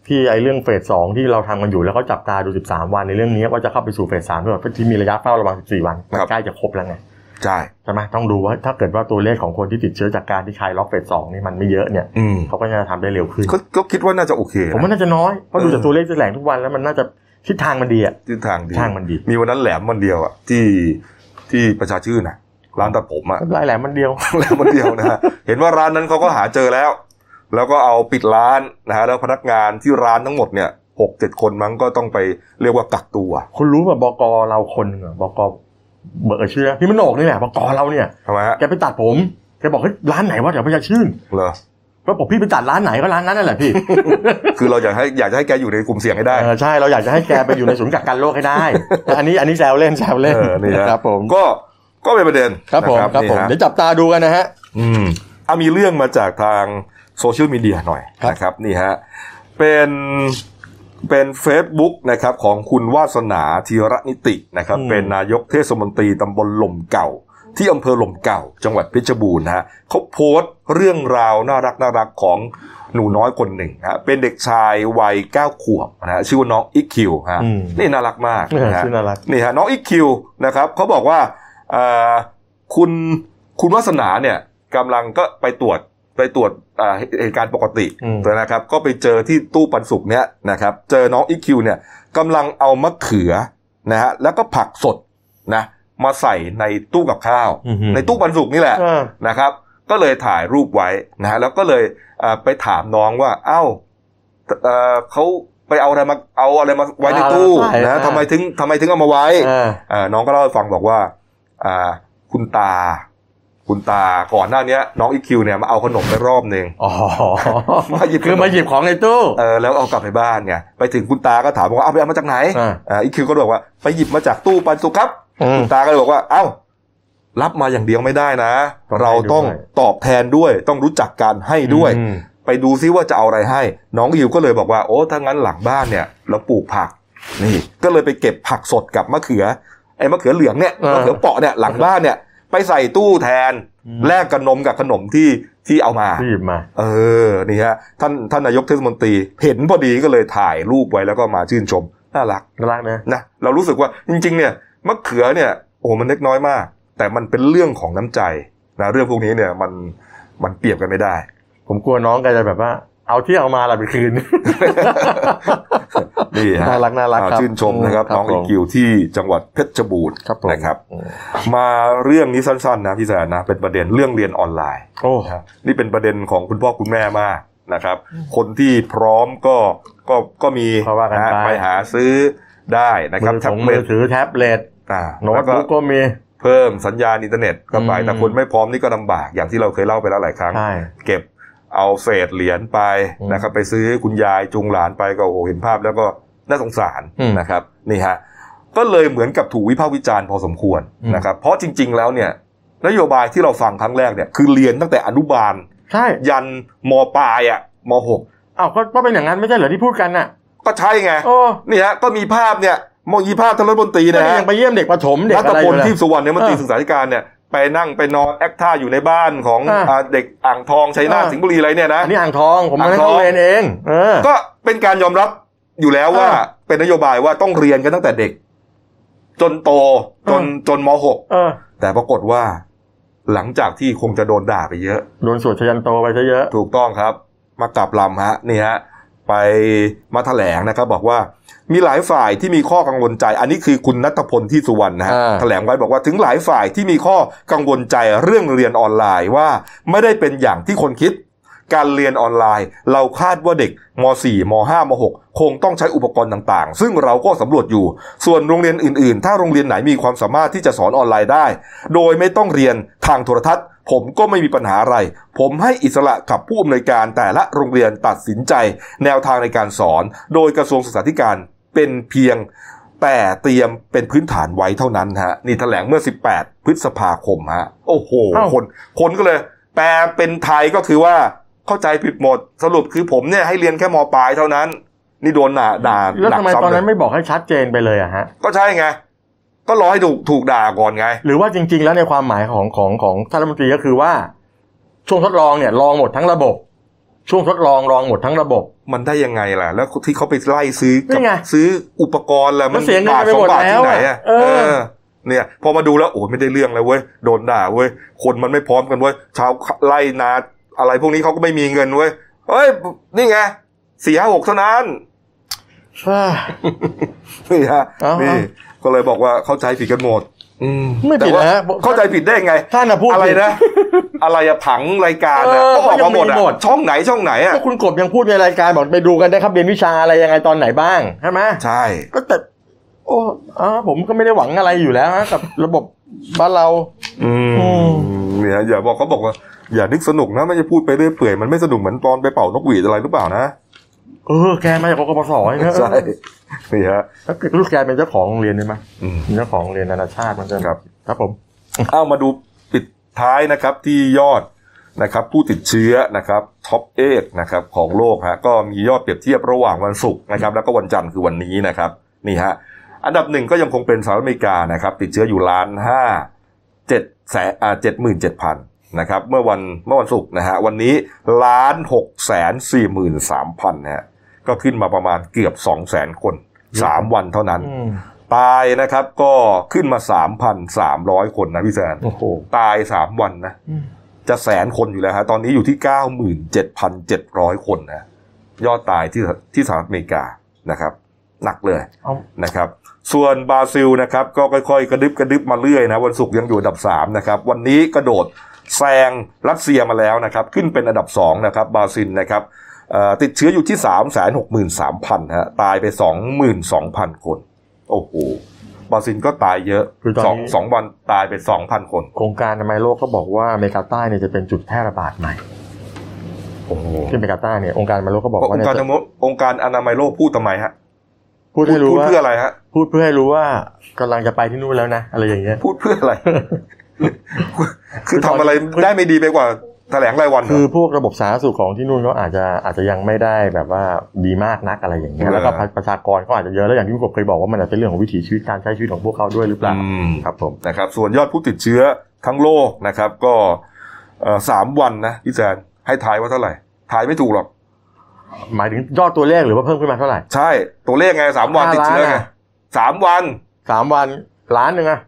Speaker 2: ที่ไอ้เรื่องเฟสสองที่เราทำกันอยู่แล้วเขาจับตาดู 13 วันในเรื่องนี้ว่าจะเข้าไปสู่เฟสสามด้วยที่มีระยะเฝ้าระวัง 14 วันมัน
Speaker 1: ครับ
Speaker 2: ใกล้จะครบแล้วไง
Speaker 1: ใช่
Speaker 2: ใช่ไหมต้องดูว่าถ้าเกิดว่าตัวเลขของคนที่ติดเชื้อจากการที่คลายล็อกเฟสสองนี่มันไม่เยอะเนี่ย
Speaker 1: อืม
Speaker 2: เขาก็จะทำได้เร็วขึ้น
Speaker 1: ก็ก็คิดว่าน่าจะโอเคนะ
Speaker 2: ผมว่าน่าจะน้อยเพราะ
Speaker 1: เออ
Speaker 2: ดูจากตัวเลขที่แถลงทุกวันแล้วมันน่าจะทิศทางมันดีอะ
Speaker 1: ทิศทาง
Speaker 2: ทิ
Speaker 1: ดี
Speaker 2: ศทางมันดี
Speaker 1: มีวันนั้นแหลมวันเดียวอ่ะที่ที่ประชาชื่นอ่ะ ร้านตัดผม อ่ะ
Speaker 2: รายแหลมมันเดียว
Speaker 1: แหลมวันเดียวนะฮะเห็นว่าร้านนั้นเขาก็หาเจอแล้ว แล้วก็เอาปิดร้านนะฮะแล้วพนักงานที่ร้านทั้งหมดเนี่ยหกเจ็ดคนมั้งก็ต้องไปเรียกว่ากักตัว
Speaker 2: คุณรู้ป่ะบกเราคนหนึ่งอะบกเบิกชื่อนะพี่มันโหนกนี่แหละบกเราเนี่ย
Speaker 1: ทำไมฮะ
Speaker 2: แกไปตัดผมแกบอกเฮ้ยร้านไหนวะเดี๋ยวไปจะชื่น
Speaker 1: เหรอ
Speaker 2: ก็บอกพี่ไปจัดร้านไหนก็ร้านนั้นนั่นแหละ พี่
Speaker 1: คือเราอยากให้อยากจะให้แกอยู่ในกลุ่มเสี่ยงให้ได้
Speaker 2: เออใช่เราอยากจะให้แกไปอยู่ในศูนย์กักกันโรคให้ ได้ แต่อันนี้อันนี้แซวเล่นแซวเล่น
Speaker 1: เออนี่ฮะ
Speaker 2: ครับผม
Speaker 1: ก็ก็เป็นประเด็น
Speaker 2: ครับผม
Speaker 1: นะครับ
Speaker 2: ผ
Speaker 1: นี่
Speaker 2: ม
Speaker 1: ฮะ
Speaker 2: เดี๋ยวจับตาดูกันนะฮะ
Speaker 1: อืมอ่ะมีเรื่องมาจากทางโซเชียลมีเดียหน่อย
Speaker 2: ครับ
Speaker 1: นะครับนี่ฮะเป็นเป็น Facebook นะครับของคุณวาสนาธีระนิตินะครับเป็นนายกเทศมนตรีตำบลหล่มเก่า ที่อำเภอหล่มเก่า จังหวัดเพชรบูรณ์นะฮะเขาโพสต์เรื่องราวน่ารักน่ารักของหนูน้อยคนหนึ่งฮะเป็นเด็กชายวัยเก้าขวบนะฮะชื่อว่าน้องอิกคิวฮะนี่น่ารักมาก
Speaker 2: เออ
Speaker 1: นะฮะ
Speaker 2: ชื่อน่ารัก
Speaker 1: นี่ฮะน้องอีคิวนะครับเขาบอกว่าเอ่อคุณคุณวาสนาเนี่ยกำลังก็ไปตรวจไปตรวจอ่าเหเหตุการณ์ปกติ
Speaker 2: อืม
Speaker 1: นะครับ ก็ไปเจอที่ตู้ปันสุกเนี่ยนะครับ เจอน้องอีคิวเนี่ยกำลังเอามะเขือนะฮะแล้วก็ผักสดนะมาใส่ในตู้กับข้าว
Speaker 2: อื้อหือ
Speaker 1: ในตู้ปันสุกนี่แหละ
Speaker 2: เออ
Speaker 1: นะครับ ก็เลยถ่ายรูปไว้นะฮะแล้วก็เลยเอ่อไปถามน้องว่า เอ้าเอ่อเขาไปเอาอะไรมาเอาอะไรมาไว้ในตู้
Speaker 2: เอาอะไรมาใส่
Speaker 1: นะ
Speaker 2: อ่า
Speaker 1: ทำไมถึงทำไมถึงเอามาไว้
Speaker 2: เออ
Speaker 1: เอ่อน้องก็เล่าให้ฟังบอกว่าอ่าคุณตา คุณตาก่อนหน้าเนี้ย น้องอีคิวเนี่ยมาเอาขนมไปรอบหนึ่ง
Speaker 2: อ๋อ
Speaker 1: มาหยิบ
Speaker 2: คือมาหยิบของในตู้
Speaker 1: เออแล้วเอากลับไปบ้านไงไปถึงคุณตาก็ถามว่าเอาไปเอามาจากไหน
Speaker 2: อ่า
Speaker 1: อ่าอีคิวก็บอกว่าไปหยิบมาจากตู้ปันสุกครับ
Speaker 2: ม
Speaker 1: ตาก็เลยบอกว่า เอ้า รับมาอย่างเดียวไม่ได้นะ
Speaker 2: ต้องให้
Speaker 1: เราต้อง
Speaker 2: ด้วย
Speaker 1: ตอบแทนด้วย ต้องรู้จักการให้ด้วย
Speaker 2: อืม
Speaker 1: ไปดูซิว่าจะเอาอะไรให้ น้องอิวก็เลยบอกว่า โอ้ ถ้างั้นหลังบ้านเนี่ย เราปลูกผัก นี่ ก็เลยไปเก็บผักสดกับมะเขือ ไอ้มะเขือเหลืองเนี่ย มะเขือเปราะเนี่ย หลังบ้านเนี่ย ไปใส่ตู้แทน แลกกับนมกับขนมที่ที่เอามา
Speaker 2: รีบมา
Speaker 1: เออ นี่ฮะ ท่านท่านนายกเทศมนตรี เห็นพอดีก็เลยถ่ายรูปไว้แล้วก็มาชื่นชม น่ารัก
Speaker 2: น่ารักนะ
Speaker 1: นะเรารู้สึกว่าจริงๆเนี่ยมะเขือเนี่ยโอ้โหมันเล็กน้อยมาก แต่มันเป็นเรื่องของน้ำใจนะเรื่องพวกนี้เนี่ยมันมันเปรียบกันไม่ได้
Speaker 2: ผมกลัวน้องแกจะแบบว่า เอาที่เอามาละไปคืน
Speaker 1: นี่ฮะ
Speaker 2: น่ารักน่ารัก
Speaker 1: อ่
Speaker 2: ครับ
Speaker 1: ชื่นชมนะครับ
Speaker 2: ครับ
Speaker 1: น้องอี
Speaker 2: ผม
Speaker 1: คิวที่จังหวัดเพชรบูรณ์
Speaker 2: ครับผม
Speaker 1: นะครับ มาเรื่องนี้สั้นๆนะพี่แสนนะเป็นประเด็นเรื่องเรียนออนไลน์
Speaker 2: โอ้
Speaker 1: นะครับนี่เป็นประเด็นของคุณพ่อคุณแม่มากนะครับ คนที่พร้อมก็ก็ก็มี
Speaker 2: เขาว่ากันไป
Speaker 1: นะไปหาซื้อได้นะครับ
Speaker 2: มือ
Speaker 1: แท็
Speaker 2: ถง
Speaker 1: บ
Speaker 2: มื
Speaker 1: เล็
Speaker 2: อ
Speaker 1: ต
Speaker 2: ถือแท็บเล็ต
Speaker 1: อ่า
Speaker 2: โน้
Speaker 1: แล้
Speaker 2: ต
Speaker 1: วก็
Speaker 2: บุ๊กก็มี
Speaker 1: เพิ่มสัญญาณอินเทอร์เน็ตเข้าไป
Speaker 2: อืม
Speaker 1: แต่คนไม่พร้อมนี่ก็ลำบากอย่างที่เราเคยเล่าไปแล้วหลายครั้ง
Speaker 2: ใช่
Speaker 1: เก็บเอาเศษเหรียญไป
Speaker 2: อืม
Speaker 1: นะครับไปซื้อคุณยายจุงหลานไปก็โอ้โหเห็นภาพแล้วก็น่าสงสาร
Speaker 2: อืม
Speaker 1: นะครับนี่ฮะก็เลยเหมือนกับถูกวิพากษ์วิจารณ์พอสมควร
Speaker 2: อืม
Speaker 1: นะครับเพราะจริง ๆ แล้วเนี่ยนโยบายที่เราฟังครั้งแรกเนี่ยคือเรียนตั้งแต่อนุบาล
Speaker 2: ใช่
Speaker 1: ยันมปลายอะมหก
Speaker 2: เอ้าก็ก็เป็นอย่างนั้นไม่ใช่เหรอที่พูดกันน่ะ
Speaker 1: ก็ใช่ไง
Speaker 2: โอ้
Speaker 1: นี่ฮะก็มีภาพเนี่ยมองยีภาพทานรัฐมนตรี
Speaker 2: ก็
Speaker 1: นะ
Speaker 2: เนี่ย
Speaker 1: ฮะ
Speaker 2: ยังไปเยี่ยมเด็กประถมเด็ก
Speaker 1: รั
Speaker 2: อะ
Speaker 1: ฐ
Speaker 2: ไรอ
Speaker 1: พ
Speaker 2: ยู่
Speaker 1: ล
Speaker 2: เลย
Speaker 1: ที่สุวรรณเนี่ยมนตรี
Speaker 2: เออ
Speaker 1: ศึกษาธิการเนี่ยไปนั่งไปนอนแอคท่าอยู่ในบ้านของ
Speaker 2: อ่า
Speaker 1: อ่าเด็กอ่างทองชัยนาท
Speaker 2: อ่า
Speaker 1: สิงห์บุรีอะไรเนี่ยนะ
Speaker 2: อันนี้อ่างทองผมไม่ได้
Speaker 1: อ่างท
Speaker 2: เข้า
Speaker 1: อง
Speaker 2: เรียนเองเออ
Speaker 1: ก็เป็นการยอมรับอยู่แล้วว่า
Speaker 2: อ่า
Speaker 1: เป็นนโยบายว่าต้องเรียนกันตั้งแต่เด็ก จนโตจน
Speaker 2: อ่า
Speaker 1: จนมหก
Speaker 2: เออ
Speaker 1: แต่ปรากฏว่า หลังจากที่คงจะโดนด่าไปเยอะ
Speaker 2: โดนสวดชยันโตไปซะเยอะ
Speaker 1: ถูกต้องครับ มากลับลำฮะนี่ฮะ ไปมาแถลงนะครับ บอกว่า มีหลายฝ่ายที่มีข้อกังวลใจ อันนี้คือคุณนัทพลที่สุวรรณนะฮะ
Speaker 2: อ่า
Speaker 1: แถลงไว้บอกว่าถึงหลายฝ่ายที่มีข้อกังวลใจเรื่องเรียนออนไลน์ว่าไม่ได้เป็นอย่างที่คนคิด การเรียนออนไลน์ เราคาดว่าเด็กม .4 ม .5 ม .6 คงต้องใช้อุปกรณ์ต่างๆ ซึ่งเราก็สำรวจอยู่ ส่วนโรงเรียนอื่นๆ ถ้าโรงเรียนไหนมีความสามารถที่จะสอนออนไลน์ได้ โดยไม่ต้องเรียนทางโทรทัศน์ ผมก็ไม่มีปัญหาอะไร ผมให้อิสระกับผู้อำนวยการแต่ละโรงเรียนตัดสินใจ แนวทางในการสอน โดยกระทรวงศึกษาธิการเป็นเพียง แต่เตรียมเป็นพื้นฐานไว้เท่านั้นฮะ นี่แถลงเมื่อ 18 พฤษภาคมฮะ โอ้โห
Speaker 2: เอ้า
Speaker 1: คนคนก็เลย แปลเป็นไทยก็คือว่าเข้าใจผิดหมดสรุปคือผมเนี่ยให้เรียนแค่มปลายเท่านั้น นี่โดนด่าด่า
Speaker 2: แล้ว
Speaker 1: หนัก
Speaker 2: ทำไมตอ
Speaker 1: ซ้ำ
Speaker 2: น
Speaker 1: เล
Speaker 2: นั้
Speaker 1: ย
Speaker 2: นไม่บอกให้ชัดเจนไปเลยอะฮะ
Speaker 1: ก็ใช่ไง ก็รอให้ถูกถูกด่าก่อนไง
Speaker 2: หรือว่าจริง ๆ แล้วในความหมายของของของท่านรัฐมนตรีก็คือว่า ช่วงทดลองเนี่ยลองหมดทั้งระบบ ช่วงทดลองลองหมดทั้งระบบ
Speaker 1: มันได้ยังไงล่ะ แล้วที่เขาไปไล่ซื้อกับ
Speaker 2: นี่ไง
Speaker 1: ซื้ออุปกรณ์ล่ะ
Speaker 2: มันเสียเงิน
Speaker 1: บาท
Speaker 2: ไป
Speaker 1: สอ
Speaker 2: ห
Speaker 1: ง
Speaker 2: มด
Speaker 1: บาทที่ไหนอ่ะ
Speaker 2: แล้วอะ
Speaker 1: เอ
Speaker 2: เออ
Speaker 1: อ เนี่ย พอมาดูแล้วโอ้ยไม่ได้เรื่องแล้วเว้ยโดนด่าเว้ยคนมันไม่พร้อมกันเว้ยชาวไล่นาอะไรพวกนี้เขาก็ไม่มีเงินเว้ยเฮ้ยนี่ไงสี่ห้าหกเท่านั้น
Speaker 2: เอ้ย
Speaker 1: นี่ฮะ
Speaker 2: อ่าฮะ
Speaker 1: นี่ก็เลยบอกว่าเข้าใจผิดกันหมดอืม
Speaker 2: ไม่ผิด
Speaker 1: แต่ว่า
Speaker 2: นะฮะ
Speaker 1: เข้าใจผิดได้ไง
Speaker 2: ท่านน่ะพูด
Speaker 1: อะไร
Speaker 2: ผิด
Speaker 1: นะ อะไรอะผังรายการอะ
Speaker 2: เออ
Speaker 1: ก็ออกมาหมดอะ
Speaker 2: มันยังมีหมด
Speaker 1: ช่องไหนช่องไหนอะ
Speaker 2: ก็คุณกบยังพูดในรายการบอกไปดูกันได้ครับเรียนวิชาอะไรยังไงตอนไหนบ้างใช่ไหม
Speaker 1: ใช่
Speaker 2: ก็แต่โอ้อ๋อผมก็ไม่ได้หวังอะไรอยู่แล้วนะกับระบบบ้านเรา
Speaker 1: อืม
Speaker 2: อืม
Speaker 1: เนี่ยอย่าบอกเขาบอกว่า อย่านึกสนุกนะไม่จะพูดไปเรื่อยเปื่อยมันไม่สนุกเหมือนตอนไปเป่านกหวีดอะไรหรือเปล่านะ
Speaker 2: เออแกมาจากกปศใช่ไหม
Speaker 1: ใช่ นี่ฮะ
Speaker 2: แล้วลูกแกเป็นเจ้าของโรงเรียนได้ไหม
Speaker 1: อืม
Speaker 2: เป็นเจ้าของโรงเรียนนานาชาติมันจะ
Speaker 1: ครับ
Speaker 2: ครับผม
Speaker 1: เอามาดูปิดท้ายนะครับที่ยอดนะครับผู้ติดเชื้อนะครับท็อปเอนะครับของโลกฮะก็มียอดเปรียบเทียบระหว่างวันศุกร์นะครับแล้วก็วันจันทร์คือวันนี้นะครับนี่ฮะอันดับหนึ่งก็ยังคงเป็นสหรัฐอเมริกานะครับติดเชื้ออยู่ล้านห้าเจ็ดแสนอ่าเจ็ดหมื่นเจ็ดพันนะครับเมื่อวันเมื่อวันศุกร์นะฮะวันนี้ล้านหกแสนสี่หมื่นสามพันฮะก็ขึ้นมาประมาณเกือบสองแสนคนสามวันเท่านั้น
Speaker 2: อืม
Speaker 1: ตายนะครับก็ขึ้นมา 3,300 คนนะพี่แซน
Speaker 2: โอ้โห
Speaker 1: ตาย 3 วันนะ
Speaker 2: อืม
Speaker 1: จะแสนคนอยู่แล้วฮะ ตอนนี้อยู่ที่ 97,700 คนนะ ยอดตายที่ที่สหรัฐอเมริกานะครับ หนักเลย
Speaker 2: เอา
Speaker 1: นะครับ ส่วนบราซิลนะครับ ก็ค่อยๆ กระดึบกระดึบมาเรื่อยนะ วันศุกร์ยังอยู่อันดับ 3 นะครับ วันนี้กระโดดแซงรัสเซียมาแล้วนะครับ ขึ้นเป็นอันดับ 2 นะครับบราซิลนะครับเอ่อติดเชื้ออยู่ที่ 3 6 3 0 0 0ฮะตายไป 22,000 คน โอ้โหบราซิลก็ตายเยอะ
Speaker 2: คือตอนนี้
Speaker 1: สองสองวันตายไป 2,000 คน
Speaker 2: องค์การอนามัยโลกก็บอกว่าอเมริกาใต้เนี่ยจะเป็นจุดแพร่ระบาดใหม่
Speaker 1: โอ้โห
Speaker 2: ที่อเมริกาใต้เนี่ยองค์การอนามัยโลกก็บอก
Speaker 1: อ
Speaker 2: ว่าง
Speaker 1: ค์
Speaker 2: เนี่ย
Speaker 1: การอ
Speaker 2: จะ
Speaker 1: นามัยองค์การอนามัยโลกพูดทำไมฮะ
Speaker 2: พูด
Speaker 1: พูด
Speaker 2: ให้รู้
Speaker 1: พูด
Speaker 2: ว่า
Speaker 1: เพื่ออะไรฮะ
Speaker 2: พูดเพื่อให้รู้ว่ากำลังจะไปที่นู่นแล้วนะ อะไรอย่างเงี้ย
Speaker 1: พูดเพื่ออะไร คือ
Speaker 2: คือ
Speaker 1: ทำ
Speaker 2: ตอน
Speaker 1: อะไร
Speaker 2: คือ
Speaker 1: ได้ไม่ดีไปกว่าแถลงรายวันเหรอ
Speaker 2: คือพวกระบบสาธารณสุขของที่นู่นเขาอาจจะอาจจะยังไม่ได้แบบว่าดีมากนักอะไรอย่างเงี้ย
Speaker 1: เออ
Speaker 2: แล้วก็ประชากรก็อาจจะเยอะแล้วอย่างที่ผมเคยบอกว่ามันอาจจะเป็นเรื่องของวิถีชีวิตการใช้ชีวิตของพวกเขาด้วยหรือเปล่า
Speaker 1: อืม
Speaker 2: ครับผม
Speaker 1: นะครับ ส่วนยอดผู้ติดเชื้อทั้งโลกนะครับ ก็เอ่อสามวันนะพี่แจนให้ทายว่าเท่าไหร่ทายไม่ถูกหรอก
Speaker 2: หมายถึงยอดตัวเลขหรือว่าเพิ่มขึ้นมาเท่าไหร่
Speaker 1: ใช่ ตัวเลขไงสามวัน
Speaker 2: ห้า
Speaker 1: ติดเชื้อ
Speaker 2: ล้าน
Speaker 1: ไง
Speaker 2: อะ
Speaker 1: สามวัน
Speaker 2: สามวันล้านหนึ่งอะ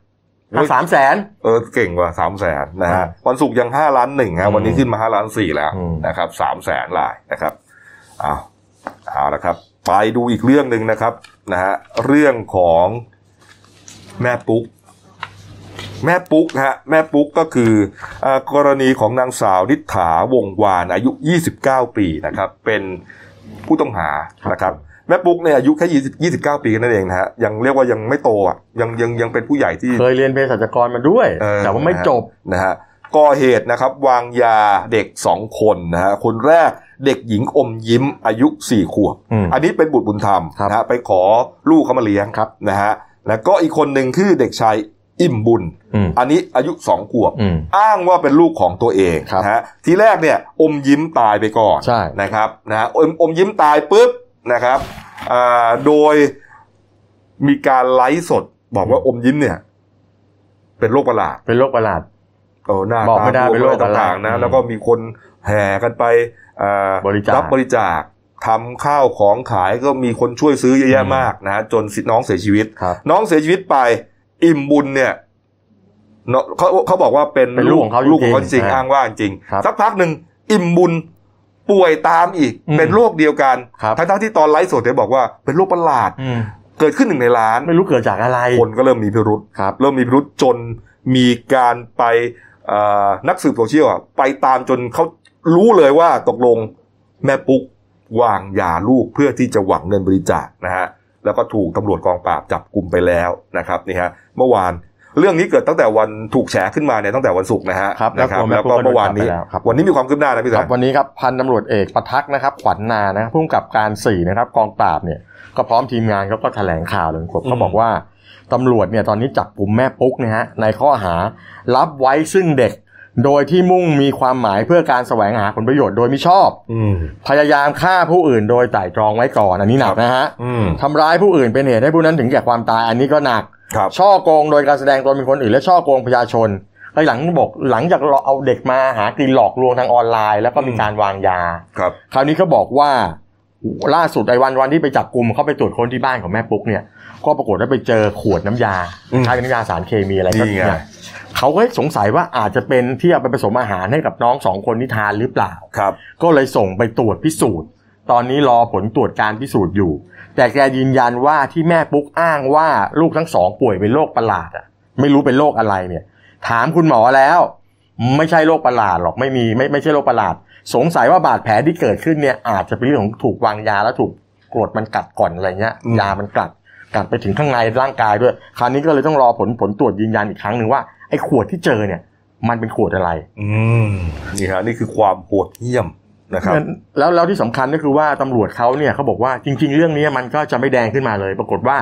Speaker 1: เฮ้ย
Speaker 2: สามแสน
Speaker 1: เออเก่งกว่าสามแสนนะ
Speaker 2: ครั
Speaker 1: ฮะ
Speaker 2: บ
Speaker 1: วันศุกร์ยังห้าล้านหนึ่งฮะวันนี้
Speaker 2: อืม
Speaker 1: ขึ้นมาห้าล้านสี่แล้ว
Speaker 2: อืม
Speaker 1: นะครับสามแสนลายนะครับ เอาเอาละครับ ไปดูอีกเรื่องหนึ่งนะครับนะฮะเรื่องของแม่ปุ๊ก แม่ปุ๊กฮะแม่ปุ๊กก็คืออากรณีของนางสาวนิษฐาวงวานอายุ 29 ปีนะครับ เป็นผู้ต้องหานะครับ แม่ปุ๊กเนี่ยอายุแค่ 20 29 ปีนั่นเองนะฮะยังเรียกว่ายังไม่โตอ่ะยังยังยังเป็นผู้ใหญ่ที่
Speaker 2: เคยเรียนเภสัชกรมาด้วย
Speaker 1: เออ
Speaker 2: แต่ว่าไม่จบ
Speaker 1: นะฮะก่อเหตุนะครับ วางยาเด็กสองคนนะฮะคนแรกเด็กหญิงอมยิ้มอายุสี่ขวบ
Speaker 2: อืม
Speaker 1: นนี้เป็นบุตรบุญธรรม
Speaker 2: ครับ
Speaker 1: นะฮะไปขอลูกเขามาเลี้ยง
Speaker 2: ครับ
Speaker 1: นะฮะแล้วก็อีกคนหนึ่งคือเด็กชายอิ่มบุญ
Speaker 2: อืม
Speaker 1: อันนี้อายุสองขวบ
Speaker 2: อืม
Speaker 1: อ้างว่าเป็นลูกของตัวเอง
Speaker 2: ครับ
Speaker 1: นะฮะทีแรกเนี่ยอมยิ้มตายไปก่อน
Speaker 2: ใช่
Speaker 1: นะครับนะฮะอมอมยิ้มตายปุ๊บนะครับอ่าโดยมีการไลฟ์สดบอกว่าอมยิ้มเนี่ย เป็นโรคประหลาด
Speaker 2: เป็นโรคประหลาด
Speaker 1: เออหน้า
Speaker 2: บอกไม่ได้
Speaker 1: ตา
Speaker 2: เป็นโรค
Speaker 1: อะรต่าง
Speaker 2: อะ
Speaker 1: ๆ
Speaker 2: ไร
Speaker 1: นะ
Speaker 2: อืม
Speaker 1: แล้วก็มีคนแห่กันไปเอ่อบ
Speaker 2: ริจาครับ
Speaker 1: บริจาคทำข้าวของขายก็มีคนช่วยซื้อเยอะแยะ
Speaker 2: อืม
Speaker 1: มากนะฮะจนน้องเสียชีวิต
Speaker 2: ครับ
Speaker 1: น้องเสียชีวิตไป อิ่มบุญเนี่ยเนอะเขาเขาบอกว่าเป็น
Speaker 2: เป็นลูกของเขา
Speaker 1: ลูกของเขาจ
Speaker 2: จริ
Speaker 1: ริงๆ
Speaker 2: งๆ
Speaker 1: อ้างว่าจริง
Speaker 2: ครับ
Speaker 1: สักพักหนึ่งอิ่มบุญป่วยตามอีก
Speaker 2: อืม
Speaker 1: เป็นโรคเดียวกัน
Speaker 2: ครับ
Speaker 1: ทั้งๆที่ตอนไลฟ์สดเนี่ยบอกว่าเป็นโรคประหลาด
Speaker 2: อืม
Speaker 1: เกิดขึ้นหนึ่งในล้าน
Speaker 2: ไม่รู้เกิดจากอะไร
Speaker 1: คนก็เริ่มมีพิรุษ
Speaker 2: ครับ
Speaker 1: เริ่มมีพิรุษจนมีการไปเอ่อนักสืบโซเชียลอะไปตามจนเขารู้เลยว่าตกลงแม่ปุ๊กวางยาลูกเพื่อที่จะหวังเงินบริจาคนะฮะแล้วก็ถูกตำรวจกองปราบจับกลุ่มไปแล้วนะครับนี่ฮะเมื่อวานเรื่องนี้เกิดตั้งแต่วันถูกแฉขึ้นมาเนี่ยตั้งแต่วันศุกร์นะฮะ
Speaker 2: ครับ
Speaker 1: นะ
Speaker 2: แล้วตัวแม่
Speaker 1: แล้ว
Speaker 2: ปุ๊
Speaker 1: ก็
Speaker 2: กก็
Speaker 1: เมื่อวานนี้
Speaker 2: โดนจับไปแล้วครับ
Speaker 1: วันนี้มีความคืบหน้านะพี่
Speaker 2: ค
Speaker 1: สา
Speaker 2: รับวันนี้ครับพันตำรวจเอกประทักษ์นะครับขวัญนานะครับผู้กำกับการสี่นะครับกองปราบเนี่ยก็พร้อมทีมงานก็ก็แถลงข่าวเลยครับเขาบอกว่าตำรวจเนี่ยตอนนี้จับกลุ่มแม่ปุ๊กนะฮะในข้อหารับไว้ซึ่งเด็ก โดยที่มุ่งมีความหมายเพื่อการแสวงหาผลประโยชน์โดยมิชอบ
Speaker 1: อืม
Speaker 2: พยายามฆ่าผู้อื่นโดยไตร่ตรองไว้ก่อนอันนี้หนักนะฮะ
Speaker 1: อืม
Speaker 2: ทำร้ายผู้อื่นเป็นเหตุให้ผู้นั้นถึงแก่ความตายอันนี้ก็หนัก
Speaker 1: ครับ
Speaker 2: ช่อโกงโดยการแสดงตนเป็นคนอื่นและช่อโกงประชาชนไอ้หลังบอกหลังจากเอาเด็กมาหากินหลอกลวงทางออนไลน์ แล้วก็มีการวางยา
Speaker 1: ครับ
Speaker 2: คราวนี้เขาบอกว่าล่าสุดไอ้วันวันที่ไปจับกลุ่มเขาไปตรวจค้นที่บ้านของแม่ปุ๊กเนี่ยก็ปรากฏว่าไปเจอขวดน้ำยาคล้ายเป็นน้ำยาสารเคมีอะไรก็
Speaker 1: นี่ไง
Speaker 2: เนี่ยเขาก็สงสัยว่าอาจจะเป็นที่เอาไปผสมอาหารให้กับน้องสองคนที่ทานหรือเปล่า
Speaker 1: ครับ
Speaker 2: ก็เลยส่งไปตรวจพิสูจน์ ตอนนี้รอผลตรวจการพิสูจน์อยู่ แต่แกยืนยันว่าที่แม่ปุ๊กอ้างว่าลูกทั้งสองป่วยเป็นโรคประหลาดอ่ะ ไม่รู้เป็นโรคอะไรเนี่ย ถามคุณหมอแล้ว ไม่ใช่โรคประหลาดหรอกไม่มีไม่ไม่ใช่โรคประหลาด สงสัยว่าบาดแผลที่เกิดขึ้นเนี่ยอาจจะเป็นเรื่องของถูกวางยาแล้วถูกกรดมันกัดก่อนอะไรเงี้ยยามันกัดกัดไปถึงข้างในร่างกายด้วย คราวนี้ก็เลยต้องรอผลผลตรวจยืนยันอีกครั้งหนึ่งว่าไอ้ขวดที่เจอเนี่ย มันเป็นขวดอะไร
Speaker 1: อืมนี่ฮะนี่คือความโหดเหี้ยมนะครับ
Speaker 2: แล้วแล้วที่สำคัญก็คือว่าตำรวจเขาเนี่ยเขาบอกว่าจริง ๆ เรื่องนี้มันก็จะไม่แดงขึ้นมาเลย ปรากฏว่า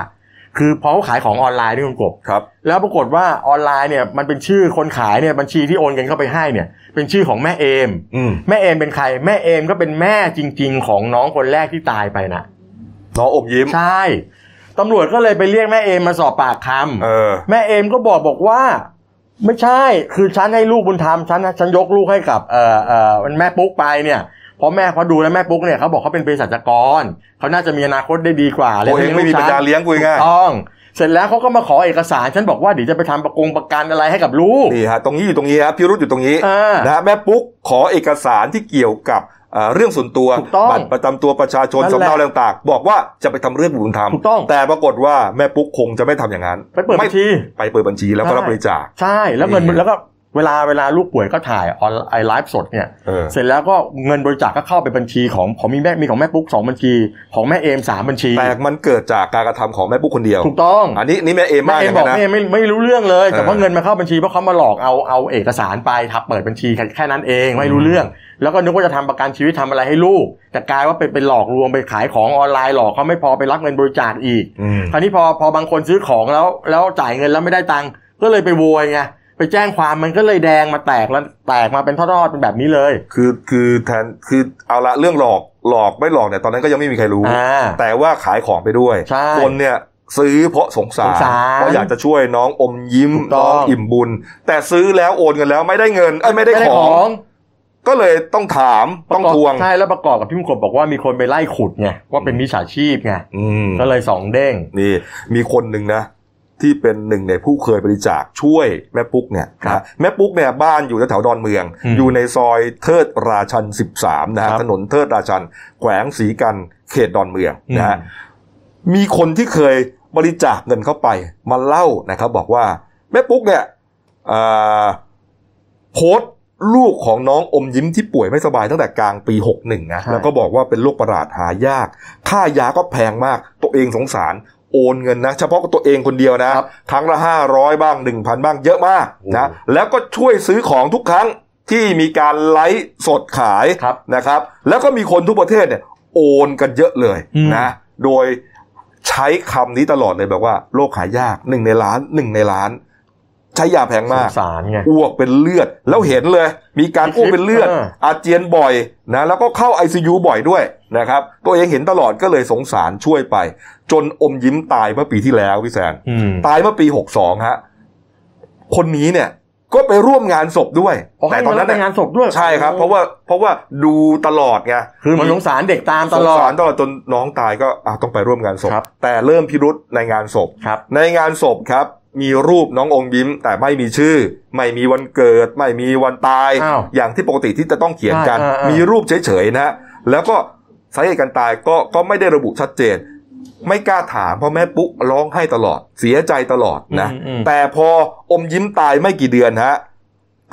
Speaker 2: คือพอเขาขายของออนไลน์นี่คุณกบ
Speaker 1: ครับ
Speaker 2: แล้วปรากฏว่าออนไลน์เนี่ยมันเป็นชื่อคนขายเนี่ยบัญชีที่โอนเงินเข้าไปให้เนี่ย เป็นชื่อของแม่เอม
Speaker 1: อืม
Speaker 2: แม่เอมเป็นใคร แม่เอมก็เป็นแม่จริง ๆ ของน้องคนแรกที่ตายไปนะ
Speaker 1: น้องอมยิ้ม
Speaker 2: ใช่ตำรวจก็เลยไปเรียกแม่เอมมาสอบปากคำ
Speaker 1: เออ
Speaker 2: แม่เอมก็บอกบอกว่า ไม่ใช่ คือฉันให้ลูกบุญธรรมฉันฉันยกลูกให้กับเอ่อเอ่อแม่ปุ๊กไปเนี่ยเพราะแม่เขาดูแล้วแม่ปุ๊กเนี่ยเขาบอกเขาเป็นเภสัชกรเขาน่าจะมีอนาคตได้ดีกว่า
Speaker 1: ตัวเองไม่มีปัญญาเลี้ยงกูง่าย
Speaker 2: ถูกต้อง เสร็จแล้วเขาก็มาขอเอกสาร ฉันบอกว่าเดี๋ยวจะไปทำประกงประกันอะไรให้กับลูก
Speaker 1: นี่ฮะตรงนี้อยู่ตรงนี้ครับพิรุษอยู่ตรงนี้
Speaker 2: อ่าน
Speaker 1: นะฮะแม่ปุ๊กขอเอกสารที่เกี่ยวกับเอ่อเรื่องส่วนตัว
Speaker 2: ถูกต้อง
Speaker 1: บัตรประจำตัวประชาชน
Speaker 2: นั่นแห
Speaker 1: สำ
Speaker 2: ละ
Speaker 1: เนาอะไรต่างๆ บอกว่าจะไปทำเรื่องบุญธรรม
Speaker 2: ถูกต้อง
Speaker 1: แต่ปรากฏว่าแม่ปุ๊กคงจะไม่ทำอย่างนั้น
Speaker 2: ไปเปิดบัญชี
Speaker 1: ไปเปิดบัญชีแล้วก็
Speaker 2: ใช่
Speaker 1: รับบริจาค
Speaker 2: ใช่แล้วเงิน
Speaker 1: นี่
Speaker 2: แล้วก็เวลาเวลาลูกป่วยก็ถ่ายออนไลน์ไลฟ์สดเนี่ย
Speaker 1: เออ
Speaker 2: เสร็จแล้วก็เงินบริจาคก็เข้าไปบัญชีของผมมีแม่มีของแม่ปุ๊กสองบัญชี ของแม่เอมสามบัญชี
Speaker 1: แต่มันเกิดจากการกระทำของแม่ปุ๊กคนเดียว
Speaker 2: ถูกต้อง
Speaker 1: อันนี้นี่แม่เอม
Speaker 2: แม่
Speaker 1: มาก
Speaker 2: เอ
Speaker 1: อย่าม ง
Speaker 2: บอ
Speaker 1: นั้นนะ
Speaker 2: กแม่ไม่ไม่รู้เรื่องเลย แต่ว่า
Speaker 1: เออ
Speaker 2: เงินมาเข้าบัญชีเพราะเขามาหลอกเอาเอาเอกสารไปทับเปิดบัญชีแค่แค่นั้นเองไม่รู้เรื่อง แล้วก็นึกว่าจะทำประกันชีวิตทำอะไรให้ลูก แต่กลายว่าไปไปหลอกลวงไปขายของออนไลน์หลอกเขาไม่พอไปรับเงินบริจาคอีก
Speaker 1: อืม
Speaker 2: คราวนี้พอพอบางคนซื้อของแล้วแล้วจ่ายเงินแล้วไม่ได้ตังค์ก็เลยไปโวยไงไปแจ้งความมันก็เลยแดงมาแตกแล้วแตกมาเป็นทอดๆเป็นแบบนี้เลย
Speaker 1: คือคือแทนคือเอาละเรื่องหลอกหลอกไม่หลอกเนี่ยตอนนั้นก็ยังไม่มีใครรู้
Speaker 2: อ่า
Speaker 1: แต่ว่าขายของไปด้วย
Speaker 2: ใช่
Speaker 1: คนเนี่ยซื้อเพราะสงสาร
Speaker 2: สงสาร
Speaker 1: เพราะอยากจะช่วยน้องอมยิ้ม
Speaker 2: ถูกต้
Speaker 1: น้
Speaker 2: อง
Speaker 1: องอิ่มบุญ แต่ซื้อแล้วโอนเงินแล้วไม่ได้เงินเอ้ยไม่ได้
Speaker 2: ม่
Speaker 1: ของ ก็เลยต้องถามต้อง
Speaker 2: ประกบ
Speaker 1: ทวง
Speaker 2: ใช่แล้วประกอบกับพี่มงคลบอกว่ามีคนไปไล่ขุดไงว่าเป็นมิจฉาชีพไง
Speaker 1: อืม
Speaker 2: ก็เลยสองเด้ง
Speaker 1: นี่มีคนหนึ่งนะ ที่เป็นหนึ่งในผู้เคยบริจาคช่วยแม่ปุ๊กเนี่ย
Speaker 2: ครับ
Speaker 1: นะแม่ปุ๊กเนี่ยบ้านอยู่แถวๆดอนเมือง
Speaker 2: อืม
Speaker 1: อยู่ในซอยเทิดราชัน 13 นะฮะ
Speaker 2: ครับ
Speaker 1: ถนนเทิดราชัน แขวงศรีกันเขตดอนเมืองนะฮะ มีคนที่เคยบริจาคเงินเข้าไปมาเล่านะครับบอกว่าแม่ปุ๊กเนี่ยอ่าโพสต์ลูกของน้องอมยิ้มที่ป่วยไม่สบายตั้งแต่กลางปี 61 นะ
Speaker 2: ใช่
Speaker 1: แล้วก็บอกว่าเป็นโรคประหลาดหายาก ค่ายาก็แพงมาก ตัวเองสงสารโอนเงินนะ เฉพาะกับตัวเองคนเดียวนะ
Speaker 2: ครับ
Speaker 1: ครั้งละ 500 บ้าง 1,000 บ้างเยอะมากนะ
Speaker 2: โอ้
Speaker 1: แล้วก็ช่วยซื้อของทุกครั้งที่มีการไลฟ์สดขาย
Speaker 2: ครับ
Speaker 1: นะครับ แล้วก็มีคนทุกประเทศเนี่ยโอนกันเยอะเลย
Speaker 2: อืม
Speaker 1: นะ โดยใช้คำนี้ตลอดเลยแบบว่าโรคหายากหนึ่งในล้านหนึ่งในล้าน ใช้ยาแพง
Speaker 2: ส
Speaker 1: มาง ก
Speaker 2: สารไง
Speaker 1: อ้วกเป็นเลือดแล้วเห็นเลย มีการ
Speaker 2: มีคลิป
Speaker 1: อ้วกเป็นเลือด
Speaker 2: เออ
Speaker 1: อาเจียนบ่อยนะแล้วก็เข้า ICU บ่อยด้วยนะครับตัวเองเห็นตลอดก็เลยสงสารช่วยไป จนอมยิ้มตายเมื่อปีที่แล้วพี่แซนตายเมื่อปี 62ฮะคนนี้เนี่ย ก็ไปร่วมงานศพด้วย แต่ตอนนั้น
Speaker 2: เย
Speaker 1: เย
Speaker 2: งานศพด้วย
Speaker 1: ใช่ครับ เพราะว่าเพราะว่าดูตลอดไง
Speaker 2: คือมันสงสารเด็กตามตล
Speaker 1: ส
Speaker 2: อ
Speaker 1: งสา
Speaker 2: ด
Speaker 1: รตลอดจนน้องตายก็อ่ะต้องไปร่วมงานศพ
Speaker 2: ครับ
Speaker 1: แต่เริ่มพิรุษในงานศพ
Speaker 2: ครับ
Speaker 1: ในงานศพครับ มีรูปน้ององค์ยิ้ม แต่ไม่มีชื่อ ไม่มีวันเกิด ไม่มีวันตาย
Speaker 2: อ้าว
Speaker 1: อย่างที่ปกติที่จะต้องเขียนกัน
Speaker 2: อ่าอ่าอ่ามี
Speaker 1: มีรูปเฉยๆนะฮะแล้วก็สาเหตุการตายก็ก็ไม่ได้ระบุชัดเจน ไม่กล้าถามเพราะแม่ปุ๊ร้องไห้ตลอด เสียใจตลอดนะ
Speaker 2: อืมอืม
Speaker 1: แต่พออมยิ้มตายไม่กี่เดือนฮะ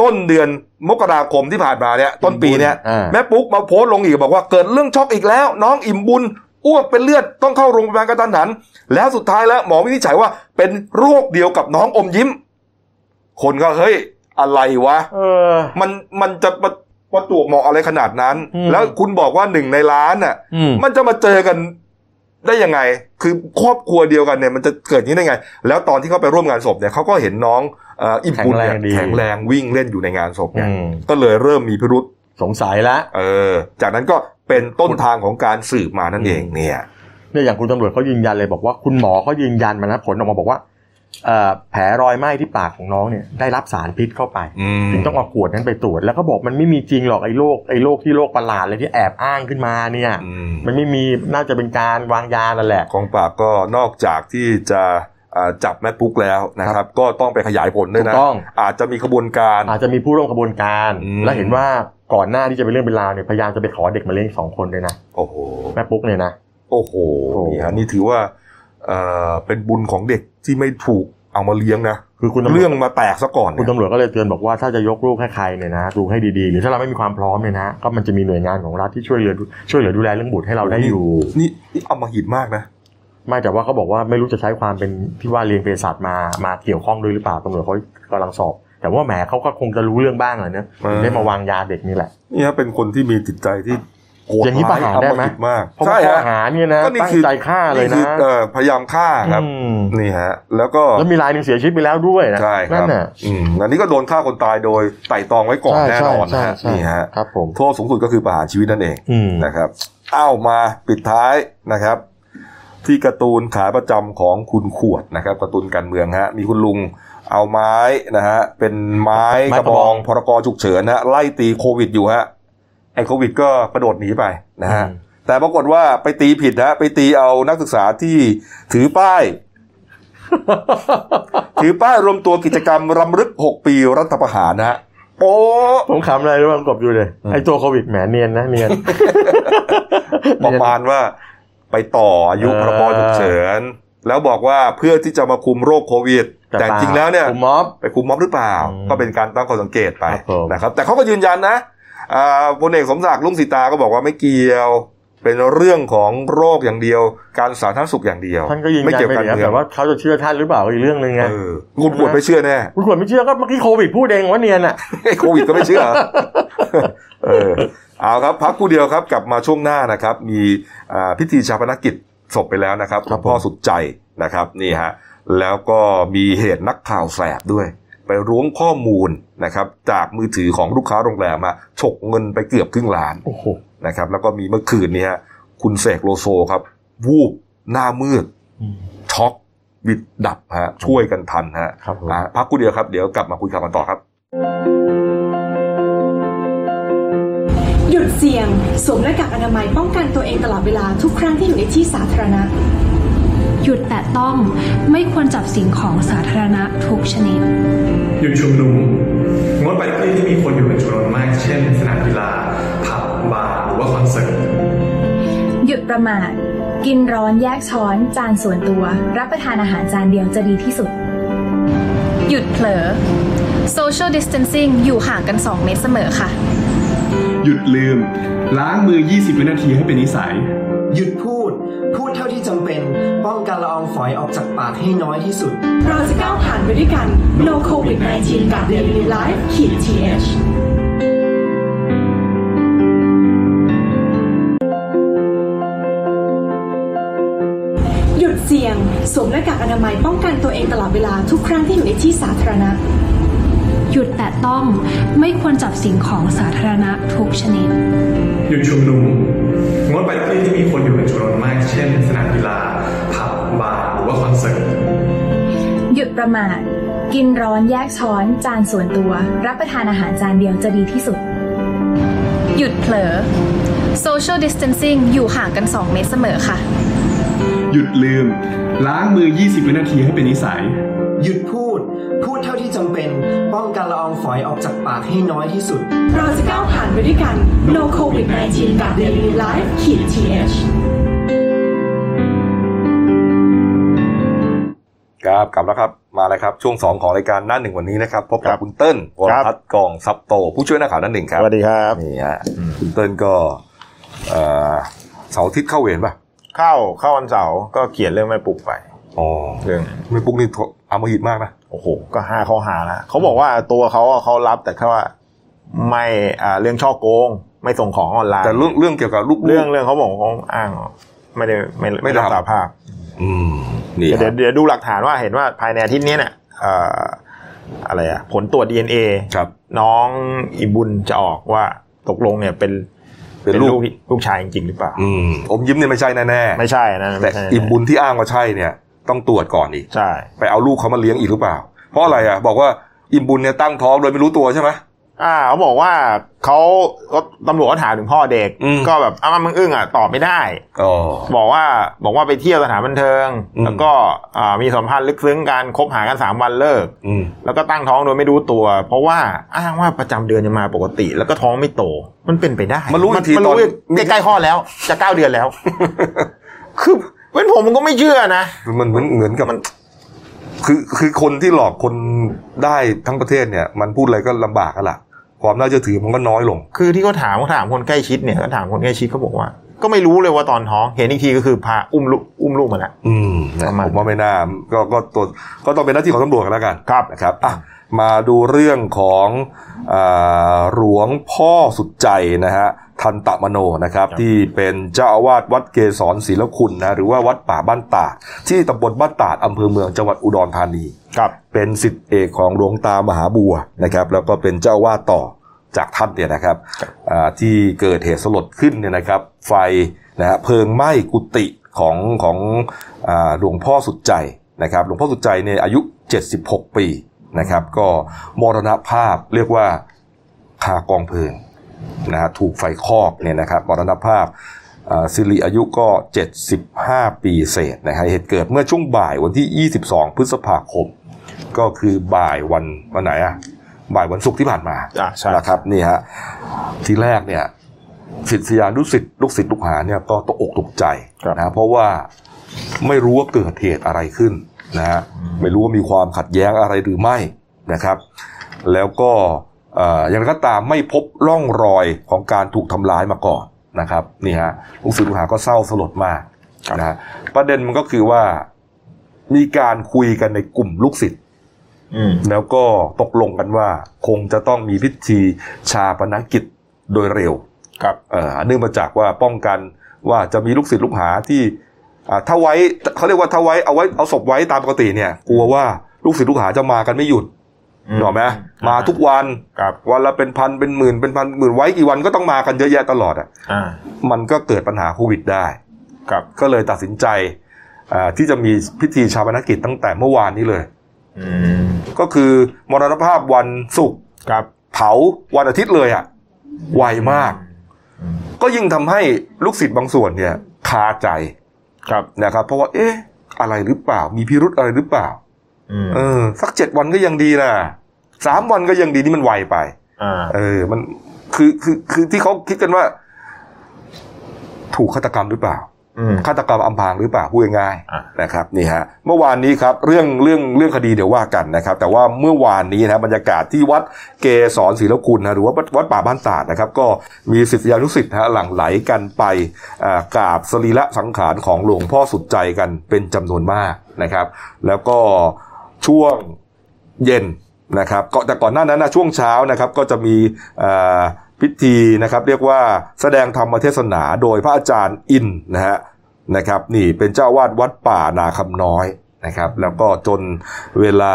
Speaker 1: ต้นเดือนมกราคมที่ผ่านมาเนี่ยต้นปีเนี่ย
Speaker 2: อ่า
Speaker 1: แม่ปุ๊กมาโพสต์ลงอีกบอกว่าเกิดเรื่องช็อกอีกแล้ว น้องอิ่มบุญอ้วกเป็นเลือดต้องเข้าโรงพยาบาลกระตันหัน แล้วสุดท้ายแล้วหมอวินิจฉัยว่าเป็นโรคเดียวกับน้องอมยิ้ม คนก็เฮ้ย อะไรวะ
Speaker 2: เออ
Speaker 1: มันมันจะประประจวบเหมาะอะไรขนาดนั้น
Speaker 2: อืม
Speaker 1: แล้วคุณบอกว่าหนึ่งในล้านน่ะ
Speaker 2: อืม
Speaker 1: มันจะมาเจอกันได้ยังไง คือครอบครัวเดียวกันเนี่ยมันจะเกิดอย่างนี้ได้ไง แล้วตอนที่เขาไปร่วมงานศพเนี่ยเขาก็เห็นน้องเอ่ออิ่มบุญเนี่ย
Speaker 2: แข็งแรงดี
Speaker 1: แข็งแรงวิ่งเล่นอยู่ในงานศพ
Speaker 2: อื
Speaker 1: เนี่ย
Speaker 2: ม
Speaker 1: ก็เลยเริ่มมีพิรุษ
Speaker 2: สงสัยละ
Speaker 1: เออ จากนั้นก็เป็นต้นทางของการสืบมานั่นเองเนี่ย
Speaker 2: เนี่ยอย่างคุณตำรวจเขายืนยันเลยบอกว่าคุณหมอเขายืนยันมานะผลออกมาบอกว่าเอ่อแผลรอยไหม้ที่ปากของน้องเนี่ยได้รับสารพิษเข้าไป
Speaker 1: อืม
Speaker 2: ถึงต้องเอาขวดนั้นไปตรวจแล้วก็บอกมันไม่มีจริงหรอกไอ้โรคไอ้โรคที่โรคประหลาดอะไรที่แอบอ้างขึ้นมาเนี่ย
Speaker 1: อืม
Speaker 2: มันไม่มีน่าจะเป็นการวางยานั่นแหละ
Speaker 1: กองปราบก็นอกจากที่จะอ่าจับแม่ปุ๊กแล้วนะครับ ก็ต้องไปขยายผลด้วยนะ
Speaker 2: ถูกต้อง
Speaker 1: อาจจะมีขบวนการ
Speaker 2: อาจจะมีผู้ร่วมขบวนการ
Speaker 1: อืม
Speaker 2: และเห็นว่าก่อนหน้าที่จะเป็นเรื่องเป็นราวเนี่ยพยายามจะไปขอเด็กมาเลี้ยงอีกสองคนเลยนะ
Speaker 1: โอ้โห
Speaker 2: แม่ปุ๊กเนี่ยนะ
Speaker 1: โอ้โห
Speaker 2: โอ้โห
Speaker 1: นี่ฮะนี่ถือว่าเอ่อเป็นบุญของเด็กที่ไม่ถูกเอามาเลี้ยงนะ
Speaker 2: คือคุณตำร
Speaker 1: เรื่
Speaker 2: ว
Speaker 1: อ
Speaker 2: จ
Speaker 1: งมาแตกซะก่อน
Speaker 2: คุณ
Speaker 1: เนี่ย
Speaker 2: ตำรวจก็เลยเตือนบอกว่าถ้าจะยกลูกให้ใครเนี่ยนะดูให้ดีๆ หรือถ้าเราไม่มีความพร้อมเนี่ยนะก็มันจะมีหน่วยงานของรัฐที่ช่วยเหลือช่วยเหลือดูแลเรื่องบุตรให้เราได้อยู่
Speaker 1: นี่นี่เอามาหินมากนะ
Speaker 2: ไม่แต่ว่าเขาบอกว่าไม่รู้จะใช้ความเป็นที่ว่าเรียนเภสัชมามาเกี่ยวข้องด้วยหรือเปล่าตำรวจเขากำลังสอบ แต่ว่าแหมเขาก็คงจะรู้เรื่องบ้างแหละเนอะ
Speaker 1: เออ
Speaker 2: ถึงได้มาวางยาเด็กนี่แหละ
Speaker 1: นี่ฮะเป็นคนที่มีจิตใจที่โหด
Speaker 2: อย่างนี้ประ
Speaker 1: ร้าย
Speaker 2: หาร
Speaker 1: เอา
Speaker 2: ได้
Speaker 1: มา
Speaker 2: ไหม
Speaker 1: หินมาก
Speaker 2: เพราะ
Speaker 1: ใช่
Speaker 2: ว่าข้อ
Speaker 1: ฮะ
Speaker 2: หาเนี่ยนะ
Speaker 1: ก็นี่
Speaker 2: ตั้ง
Speaker 1: คือ
Speaker 2: ใจฆ่าเลย
Speaker 1: นี่
Speaker 2: นะ
Speaker 1: คือเอ่อพยายามฆ่าครับ
Speaker 2: อืม
Speaker 1: นี่ฮะ แล้วก็
Speaker 2: แล้วมีรายหนึ่งเสียชีวิตไปแล้วด้วยนะ
Speaker 1: ใช่ค
Speaker 2: นั่
Speaker 1: รับ
Speaker 2: นน่ะ
Speaker 1: อืมอันนี้ก็โดนฆ่าคนตายโดยไต่ตองไว้ก่อน
Speaker 2: ใช่
Speaker 1: แน่นอนนะ
Speaker 2: ใช่
Speaker 1: ฮะ
Speaker 2: ใช่
Speaker 1: นี่ฮะ
Speaker 2: ครับผม
Speaker 1: โทษสูงสุดก็คือประหารชีวิตนั่นเอง
Speaker 2: อืม
Speaker 1: นะครับเอ้ามาปิดท้ายนะครับ ที่การ์ตูนขาประจำของคุณขวดนะครับการ์ตูนการเมืองฮะ มีคุณลุงเอาไม้นะฮะ เป็นไม้กระบองพรกฉุกเฉินนะฮะไล่ตีโควิดอยู่ฮะไอ้โควิดก็กระโดดหนีไปนะฮะ แต่ปรากฏว่าไปตีผิดนะฮะไปตีเอานักศึกษาที่ถือป้าย ถือป้ายรวมตัวกิจกรรมรำลึก 6 ปีรัฐประหารนะฮะโป๊ะ
Speaker 2: ผมขำอะไรรู้บ้างกบดูเลย
Speaker 1: อืม
Speaker 2: ไอ้ตัวโควิดแหมเนียนนะเนียน
Speaker 1: ประมาณว่าไปต่ออายุ
Speaker 2: เออ
Speaker 1: พรบฉุกเฉิน แล้วบอกว่าเพื่อที่จะมาคุมโรคโควิด แต่จริงแล้วเนี่ย
Speaker 2: ผมม็อบ
Speaker 1: ไปคุมม็อบหรือเปล่า
Speaker 2: อืม
Speaker 1: ก็เป็นการตั้งข้อสังเกตไป
Speaker 2: ครับผม
Speaker 1: นะครับ แต่เขาก็ยืนยันนะอ่าพลเอกสมศักดิ์ลุงสีตาก็บอกว่าไม่เกี่ยว เป็นเรื่องของโรคอย่างเดียว การสาธารณสุขอย่างเดียว
Speaker 2: ท่านก็ยืน
Speaker 1: ไม่
Speaker 2: ยัน
Speaker 1: เกี่ยว
Speaker 2: ไป
Speaker 1: กับ
Speaker 2: เล
Speaker 1: การ
Speaker 2: ยนะ
Speaker 1: เมือง
Speaker 2: แต่ว่าเขาจะเชื่อท่านหรือเปล่าก็อีกเรื่องหนึ่งไง
Speaker 1: เออคุณปวดไม่เชื่อแน่
Speaker 2: คุณขวัญไม่เชื่อก็เมื่อกี้โควิดพูดเองว่าเนียนอ่ะ
Speaker 1: ไอ้ โควิดก็ไม่เชื่อ เออ เอาครับพักผู้เดียวครับกลับมาช่วงหน้านะครับ มีอ่าพิธีชาปนกิจศพไปแล้วนะครับ
Speaker 2: ครับผม
Speaker 1: พ่อสุดใจนะครับนี่ฮะแล้วก็มีเหตุนักข่าวแสบด้วย ไปร้วงข้อมูลนะครับ จากมือถือของลูกค้าโรงแรมมาฉกเงินไปเกือบครึ่งล้าน
Speaker 2: โอ้โห
Speaker 1: นะครับ แล้วก็มีเมื่อคืนนี้ฮะคุณเสกโลโซครับ วูบหน้ามืดช็อกวิดดับฮะช่วยกันทันฮะ
Speaker 2: ครับผม
Speaker 1: อ่าพักผู้เดียวครับเดี๋ยวกลับมาคุยข่าวกันต่อครับ
Speaker 3: หยุดเสี่ยงสวมหน้ากากอนามัยป้องกันตัวเองตลอดเวลาทุกครั้งที่อยู่ในที่สาธารณะ
Speaker 4: หยุดแต่ต้องไม่ควรจับสิ่งของสาธารณะทุกชนิด
Speaker 5: หยุดชุมนุมงดไปที่ที่มีคนอยู่เป็นจำนวนมาก เช่น สนามกีฬาผับบาร์หรือว่าคอนเสิร์ต
Speaker 6: หยุดประมาท กินร้อนแยกช้อน จานส่วนตัว รับประทานอาหารจานเดียวจะดีที่สุด
Speaker 7: หยุดเผลอ social distancing อยู่ห่างกัน 2 เมตรเสมอค่ะ
Speaker 5: หยุดลืม ล้างมือ 20 วินาทีให้เป็นนิสัย
Speaker 8: หยุดพูด พูดเท่าที่จำเป็น ป้องกันละอองฝอยออกจากปากให้น้อยที่สุด
Speaker 3: เราจะก้าวผ่านไปด้วยกัน No COVID 19กับ Daily Life ขีด th หยุดเสี่ยง สวมหน้ากากอนามัยป้องกันตัวเองตลอดเวลาทุกครั้งที่อยู่ในที่สาธารณะ
Speaker 4: หยุดแต่ต้องไม่ควรจับสิ่งของสาธารณะทุกชนิด
Speaker 5: หยุดชุมนุมงดไปที่ที่มีคนอยู่เป็นจำนวนมาก เช่น สนามกีฬาผับบาร์หรือว่าคอนเสิร์ต
Speaker 6: หยุดประมาท กินร้อนแยกช้อน จานส่วนตัว รับประทานอาหารจานเดียวจะดีที่สุด
Speaker 7: หยุดเผลอ social distancing อยู่ห่างกัน 2 เมตรเสมอค่ะ
Speaker 5: หยุดลืม ล้างมือ 20 วินาทีให้เป็นนิสัย
Speaker 8: หยุดพูด พูดเท่าที่จำเป็น ป้องกันละอองฝอยออกจากปากให้น้อยที่สุด
Speaker 3: เราจะก้าวผ่านไปด้วยกัน No COVID 19กับ Daily Life ขีด th
Speaker 1: ครับกลับแล้วครับ มาแล้วครับ ช่วง 2 ของรายการหน้าหนึ่งวันนี้นะครับ พบ
Speaker 2: ครั
Speaker 1: กับบ คุณเติ้ลวร
Speaker 2: ครับ
Speaker 1: พัฒน์กองซับโต ผู้ช่วยนักข่าวหน้าหนึ่งครับ
Speaker 2: สวัสดีครับ
Speaker 1: นี่ฮะคุณเติ้ลก็เอ่อเสาร์อาทิตย์เข้าเวรป่ะ
Speaker 9: เข้าเข้าวันเสาร์ก็เขียนเรื่องไม่ปลุกไป
Speaker 1: อ๋อ
Speaker 9: เรื่อง
Speaker 1: ไม่ปุ๊กนี่อามาหิตมากนะ
Speaker 9: โอ้โหก็ห้าข้อหาละเขาบอกว่าตัวเขาอะเขารับแต่แค่ว่าไม่อ่าเรื่องช่อโกง ไม่ส่งของออนไลน์
Speaker 1: แต่เรื่องเรื่องเกี่ยวกับลูก
Speaker 9: เรื่องเรื่องเขาบอกเขาอ้างไม่ได้ไม่
Speaker 1: ไม่
Speaker 9: ไม่
Speaker 1: ได้
Speaker 9: รับสาภาพ
Speaker 1: อืมนี่
Speaker 9: เดี๋ยว
Speaker 1: ฮะ
Speaker 9: เดี๋ยวดูหลักฐานว่าเห็นว่าภายในอาทิตย์นี้เนี่ยเอ่ออะไรอะผลตรวจ DNA
Speaker 1: ครับ
Speaker 9: น้องอิบุญจะออกว่าตกลงเนี่ยเป็น
Speaker 1: เป็นลูก
Speaker 9: ลูกชายจริงๆหรือเปล่า
Speaker 1: อืมอมยิ้มเนี่ยไม่ใช่แน่แน่ๆ
Speaker 9: ไม่ใช่นะ
Speaker 1: แต่
Speaker 9: ไม่ใช่
Speaker 1: อิ่มบุญที่อ้างว่าใช่เนี่ย ต้องตรวจก่อนอีก
Speaker 9: ใช่
Speaker 1: ไปเอาลูกเขามาเลี้ยงอีกหรือเปล่า เพราะอะไรอ่ะ บอกว่าอิ่มบุญเนี่ยตั้งท้องโดยไม่รู้ตัวใช่ไหม
Speaker 9: อ่าเขาบอกว่าเขาก็ตำรวจก็ถามถึงพ่อเด็ก
Speaker 1: อืม
Speaker 9: ก็แบบอ้าวมึงอึ้งอ่ะตอบไม่ได้
Speaker 1: อ๋อ
Speaker 9: บอกว่าบอกว่าไปเที่ยวสถานบันเทิง
Speaker 1: อืม
Speaker 9: แล้วก็อ่ามีสัมพันธ์ลึกซึ้งกันคบหากันสามวันเลิก
Speaker 1: อืม
Speaker 9: แล้วก็ตั้งท้องโดยไม่รู้ตัว เพราะว่าอ้างว่าประจำเดือนยังมาปกติ แล้วก็ท้องไม่โต มันเป็นไปได้
Speaker 1: มันรู้อีกที
Speaker 9: มัน
Speaker 1: ตอน
Speaker 9: รู้ใกล้ๆข้อดแล้ว จะเก้าเดือน แล้ว คือเป็นผมมันก็ไม่เชื่อนะ
Speaker 1: มันเหมือนเหมือนกับมันคือคือคนที่หลอกคนได้ทั้งประเทศเนี่ย มันพูดอะไรก็ลำบากกันละความน่าเชื่อถือมันก็น้อยลง
Speaker 9: คือที่เขาถามเขาถามคนใกล้ชิดเนี่ยเขาถามคนใกล้ชิดเขาบอกว่า ก็ไม่รู้เลยว่าตอนท้อง เห็นอีกทีก็คือพาอุ้มลูกอุ้มลูกมาแล้ว
Speaker 1: อืมนะ
Speaker 9: ประมาณ
Speaker 1: ผมว่าไม่น่าก็ก็ตัวก็ต้องเป็นหน้าที่ของตำรวจกันแล้วกัน
Speaker 9: ครับ
Speaker 1: นะครับอ่ะมาดูเรื่องของอาหลวงพ่อสุดใจนะฮะทันตะมโนนะครับที่เป็นเจ้าอาวาสวัดเกศรศิลคุณนะหรือว่าวัดป่าบ้านตาดที่ตำบลบ้านตาดอำเภอเมืองจังหวัดอุดรธานี
Speaker 9: ครับ
Speaker 1: เป็นสิทธิเอกของหลวงตามหาบัวนะครับ แล้วก็เป็นเจ้าวาดต่อจากท่านเนี่ยนะครับอ่าที่เกิดเหตุสลดขึ้นเนี่ยนะครับ ไฟนะฮะเพลิงไหม้กุฏิของของอาหลวงพ่อสุดใจนะครับ หลวงพ่อสุดใจเนี่ยอายุ 76 ปีนะครับ ก็มรณภาพเรียกว่าคากองเพลิงนะฮะถูกไฟคอกเนี่ยนะครับมรณภาพ อ่าสิริอายุก็ 75 ปีเศษนะฮะเหตุเกิดเมื่อช่วงบ่ายวันที่ 22 พฤษภาคม ก็คือบ่ายวันวันไหนอะบ่ายวันศุกร์ที่ผ่านมา
Speaker 9: อ่าใช่
Speaker 1: นะครับนี่ฮะทีแรกเนี่ยศิษยานุศิษย์ลูกศิษย์ลูกหาเนี่ยก็ตกอกตกใจนะฮะเพราะว่าไม่รู้ว่าเกิดเหตุอะไรขึ้นนะฮะไม่รู้ว่ามีความขัดแย้งอะไรหรือไม่นะครับ แล้วก็เอ่ออย่างไรก็ตามไม่พบร่องรอยของการถูกทำร้ายมาก่อนนะครับนี่ฮะลูกศิษย์ลูกหาก็เศร้าสลดมากนะฮะประเด็นมันก็คือว่ามีการคุยกันในกลุ่มลูกศิษย์
Speaker 9: อืม
Speaker 1: แล้วก็ตกลงกันว่าคงจะต้องมีพิธีชาปนกิจโดยเร็ว
Speaker 9: ครับ
Speaker 1: เอ่อเนื่องมาจากว่าป้องกันว่าจะมีลูกศิษย์ลูกหาที่อ่าถ้าไว้เขาเรียกว่าถ้าไว้เอาไว้เอาศพไว้ตามปกติเนี่ย กลัวว่าลูกศิษย์ลูกหาจะมากันไม่หยุด หนกออกไหมมาทุกวัน
Speaker 9: ครับ
Speaker 1: วันละเป็นพันเป็นหมื่นเป็นพันหมื่นไว้กี่วันก็ต้องมากันเยอะแยะตลอดอ่ะ
Speaker 9: อ่า
Speaker 1: มันก็เกิดปัญหาโควิดได้
Speaker 9: ครับ
Speaker 1: ก็เลยตัดสินใจอ่าที่จะมีพิธีชาปนกิจตั้งแต่เมื่อวานนี้เลย
Speaker 9: อืม
Speaker 1: ก็คือมรณภาพวันศุกร์
Speaker 9: ครับ
Speaker 1: เผาวันอาทิตย์เลยอ่ะไวมาก ก็ยิ่งทำให้ลูกศิษย์บางส่วนเนี่ยคาใจ
Speaker 9: ครับ
Speaker 1: นะครับ เพราะว่าเอ๊ะ อะไรหรือเปล่า มีพิรุธอะไรหรือเปล่า
Speaker 9: อืม
Speaker 1: เออ สักเจ็ดวันก็ยังดีนะสามวันก็ยังดีนี่มันไวไป
Speaker 9: ่า
Speaker 1: เออ มันคือคือคือที่เขาคิดกันว่า ถูกฆาตกรรมหรือเปล่า
Speaker 9: อืม
Speaker 1: ฆาตกรรมอำพรางหรือเปล่าพูดง่าย
Speaker 9: อ่ะ
Speaker 1: ๆนะครับนี่ฮะเมื่อวานนี้ครับเรื่องเรื่องเรื่องคดีเดี๋ยวว่ากันนะครับ แต่ว่าเมื่อวานนี้นะบรรยากาศที่วัดเกศรศิลคุณนะหรือว่าวัดวัดป่าบ้านตาดนะครับ ก็มีศิษยานุศิษย์นะฮะหลั่งไหลกันไปอ่ากราบสรีระสังขารของหลวงพ่อสุดใจกันเป็นจำนวนมากนะครับ แล้วก็ช่วงเย็นนะครับก็แต่ก่อนหน้านั้นนะช่วงเช้านะครับก็จะมีอ่าพิธีนะครับ เรียกว่าแสดงธรรมเทศนาโดยพระอาจารย์อินนะฮะ นะครับนี่เป็นเจ้าวาดวัดป่านาคำน้อยนะครับ แล้วก็จนเวลา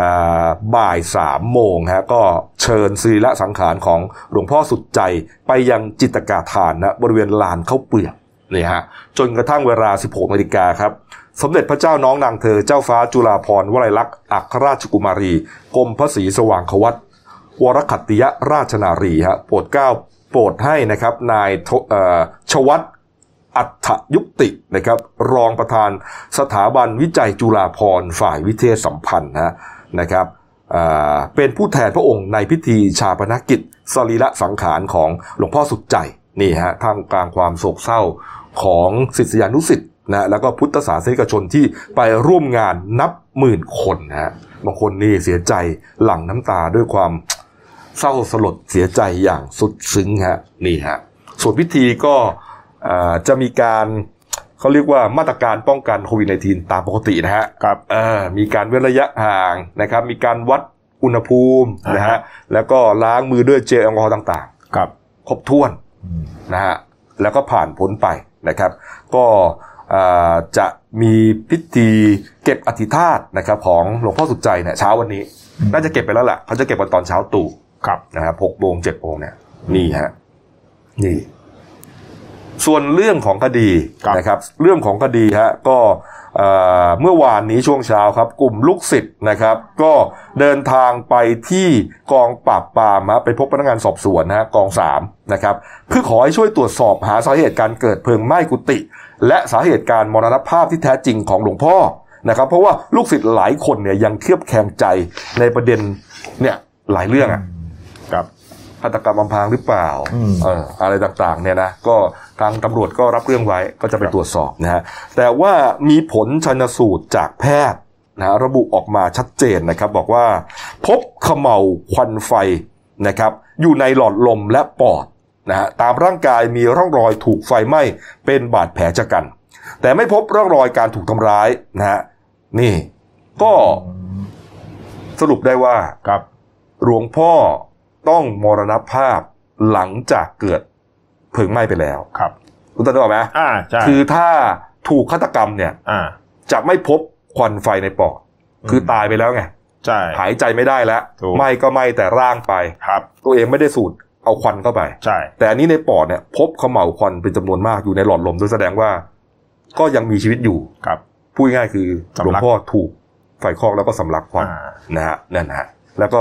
Speaker 1: อ่าบ่ายสามโมงฮะก็เชิญสรีระสังขารของหลวงพ่อสุดใจไปยังจิตรกาฐานนะบริเวณลานเข้าวเปลือกนี่ฮะจนกระทั่งเวลา 16นาฬิกาครับ สมเด็จพระเจ้าน้องนางเธอเจ้าฟ้าจุฬาภรณ์วลัยลักษณ์อัครราชกุมารีกรมพระศรีสว่างควัต วรขัตติยราชนารีฮะโปรดเกล้าโปรดให้นะครับนายทเอ่อชวัตอัฏฐยุคตินะครับ รองประธานสถาบันวิจัยจุฬาภรณ์ฝ่ายวิเทศสัมพันธ์นะนะครับเอ่อเป็นผู้แทนพระองค์ในพิธีชาปนกิจสรีระสังขารของหลวงพ่อสุดใจนี่ฮะท่ามกลางความโศกเศร้าของศิษยานุศิษย์นะแล้วก็พุทธศาสนิกชนที่ไปร่วมงานนับหมื่นคนนะฮะบางคนนี่เสียใจหลั่งน้ำตาด้วยความ เศร้าสลดเสียใจอย่างสุดซึ้งฮะนี่ฮะส่วนพิธีก็เอ่อจะมีการเขาเรียกว่ามาตรการป้องกันโควิด -19 ตามปกตินะฮะ
Speaker 9: ครับ
Speaker 1: เอ่อมีการเว้นระยะห่างนะครับ มีการวัดอุณหภูมินะฮะแล้วก็ล้างมือด้วยเจลแอลกอฮอล์ต่าง
Speaker 9: ครับ
Speaker 1: ๆ ครบถ้วนนะฮะแล้วก็ผ่านพ้นไปนะครับ ก็เอ่อจะมีพิธีเก็บอธิธาตนะครับของหลวงพ่อสุดใจเนี่ยเช้าวันนี้ น่าจะเก็บไปแล้วล่ะเขาจะเก็บกันตอนเช้าตู่
Speaker 9: ครับ
Speaker 1: นะครับหกโมงเจ็ดโมงเนี่ยนี่ฮะนี่ ส่วนเรื่องของคดี
Speaker 9: ครับ
Speaker 1: นะครับ เรื่องของคดีฮะก็เอ่อเมื่อวานนี้ช่วงเช้าครับ กลุ่มลูกศิษย์นะครับ ก็เดินทางไปที่กองปราบปรามฮะไปพบพนักงานสอบสวนนะฮะกองสามนะครับเพื่อขอให้ช่วยตรวจสอบหาสาเหตุการเกิดเพลิงไหม้กุฏิและสาเหตุการมรณภาพที่แท้จริงของหลวงพ่อนะครับ เพราะว่าลูกศิษย์หลายคนเนี่ยยังเคลือบแคลงใจในประเด็นเนี่ยหลายเรื่องอะ
Speaker 9: ครับ
Speaker 1: ฆาตกรรมอำพรางหรือเปล่า
Speaker 9: อืม
Speaker 1: เอออะไรต่างๆเนี่ยนะก็ทางตำรวจก็รับเรื่องไว้ก็จะไปตรวจสอบนะฮะแต่ว่ามีผลชันสูตรจากแพทย์นะฮะระบุออกมาชัดเจนนะครับ บอกว่า พบเขมเหลาวควันไฟนะครับ อยู่ในหลอดลมและปอดนะฮะตามร่างกายมีร่องรอยถูกไฟไหม้เป็นบาดแผลชะกัน แต่ไม่พบร่องรอยการถูกทำร้ายนะฮะนี่ก็สรุปได้ว่า
Speaker 9: ครับ
Speaker 1: หลวงพ่อต้องมรณภาพหลังจากเกิดเพลิงไหม้ไปแล้ว
Speaker 9: ครับ
Speaker 1: คุณตันนึกออกไหม
Speaker 9: อ่า ใช่
Speaker 1: คือถ้าถูกฆาตกรรมเนี่ย
Speaker 9: อ่า
Speaker 1: จะไม่พบควันไฟในปอด
Speaker 9: อืม
Speaker 1: คือตายไปแล้วไง
Speaker 9: ใช่
Speaker 1: หายใจไม่ได้แล้ว
Speaker 9: ถูก
Speaker 1: ไหม้ก็ไหม้แต่ร่างไป
Speaker 9: ครับ
Speaker 1: ตัวเองไม่ได้สูดเอาควันเข้าไป
Speaker 9: ใช่
Speaker 1: แต่อันนี้ในปอดเนี่ยพบเขม่าวควันเป็นจำนวนมากอยู่ในหลอดลมด้วยแสดงว่า ก็ยังมีชีวิตอยู่
Speaker 9: ครับ
Speaker 1: พูดง่ายๆคือหลวงพ่อถูกไฟคลอกแล้วก็สำลักควัน
Speaker 9: อ่า
Speaker 1: นะฮะนั่นนะฮะแล้วก็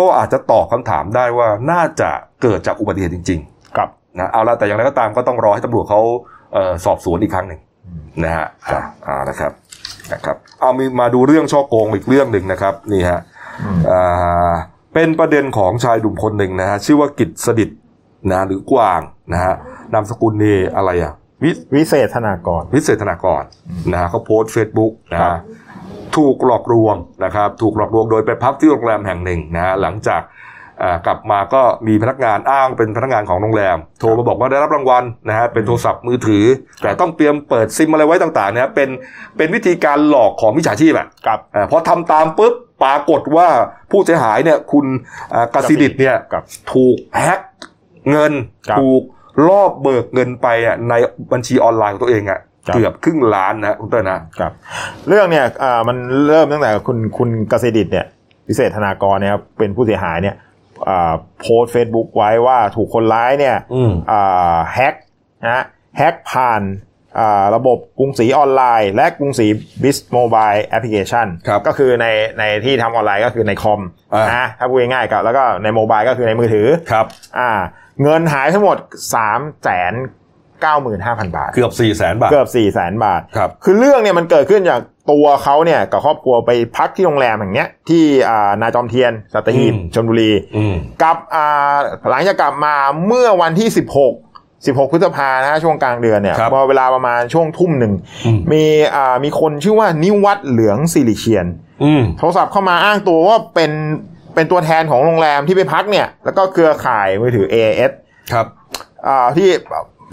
Speaker 1: ก็อาจจะตอบคำถามได้ว่าน่าจะเกิดจากอุบัติเหตุจริง
Speaker 9: ครับ
Speaker 1: ๆนะเอาละแต่อย่างไรก็ตามก็ต้องรอให้ตำรวจเขาเอ่อสอบสวนอีกครั้งหนึ่งนะฮะอ่ะอ่านะครับนะครับเอามีมาดูเรื่องช่อโกงอีกเรื่องหนึ่งนะครับนี่ฮะอ่าเป็นประเด็นของชายดุ่มคนหนึ่งนะฮะชื่อว่ากิตสดิตนะหรือกวางนะฮะนามสกุลนี่อะไรอ่ะวิ
Speaker 9: วิเศษธนากร
Speaker 1: วิเศษธนากรนะฮะเขาโพสต์เฟซบุ๊กนะ
Speaker 9: ครั
Speaker 1: ฮะ
Speaker 9: บ
Speaker 1: ถูกหลอกลวงนะครับ ถูกหลอกลวงโดยไปพักที่โรงแรมแห่งหนึ่งนะฮะหลังจากเอ่อกลับมาก็มีพนักงานอ้างเป็นพนักงานของโรงแรม โทรมาบอกว่าได้รับรางวัลนะฮะเป็นโทรศัพท์มือถือ แต่ต้องเตรียมเปิดซิมอะไรไว้ต่างๆนะฮะเป็นเป็นวิธีการหลอกของมิจฉาชีพอะ
Speaker 9: ครับ
Speaker 1: เอ่อพอทำตามปุ๊บปรากฏว่าผู้เสียหายเนี่ยคุณเอ่อกสิดิตเนี่ย
Speaker 9: ครับ
Speaker 1: ถูกแฮ็กเงิน
Speaker 9: ครับ
Speaker 1: ถูกลอบเบิกเงินไปอ่ะในบัญชีออนไลน์ของตัวเองอ่ะ
Speaker 9: ครับ
Speaker 1: เกือบครึ่งล้านนะคุณเต้ยนะครับ
Speaker 9: เรื่องเนี่ยอ่ามันเริ่มตั้งแต่คุณคุณกสิดิตเนี่ย วิเศษธนากรเนี่ยครับเป็นผู้เสียหายเนี่ยอ่าโพสเฟซบุ๊กไว้ว่าถูกคนร้ายเนี่ย
Speaker 1: อืม
Speaker 9: อ่าแฮกนะฮะแฮกผ่านอ่าระบบกรุงศรีออนไลน์ และกรุงศรีบิสโมบายแอปพลิเคชัน
Speaker 1: ครับ
Speaker 9: ก็คือในในที่ทำออนไลน์ก็คือในคอม
Speaker 1: อ่าน
Speaker 9: นะฮะถ้าพูดง่ายๆก็แล้วก็ในโมบายก็คือในมือถือ
Speaker 1: ครับ
Speaker 9: อ่าเงินหายทั้งหมด3ามแสน 95,000 บาท
Speaker 1: เกือบ4ี่แสนบาท
Speaker 9: เกือบ4 0 0แสนบาท
Speaker 1: ครับ
Speaker 9: คือเรื่องเนี่ยมันเกิดขึ้นจากตัวเขาเนี่ยกับครอบครัวไปพักที่โรงแรมแห่งเนี้ยที่อ่านาจอมเทียนสัตหีบ
Speaker 1: อืม
Speaker 9: ชลบุรี
Speaker 1: อืม
Speaker 9: กลับอ่าหลังจากกลับมาเมื่อวันที่ 16 16 พฤษภานะฮะช่วงกลางเดือนเนี่ย
Speaker 1: ครับ
Speaker 9: พอเวลาประมาณช่วงทุ่มหนึ่ง
Speaker 1: อืม
Speaker 9: มีอ่ามีคนชื่อว่านิวัตเหลืองสิริเชียน
Speaker 1: อืม
Speaker 9: โทรศัพท์เข้ามาอ้างตัวว่าเป็นเป็นตัวแทนของโรงแรมที่ไปพักเนี่ย แล้วก็เครือข่ายมือถือ AS
Speaker 1: ครับ
Speaker 9: อ่าที่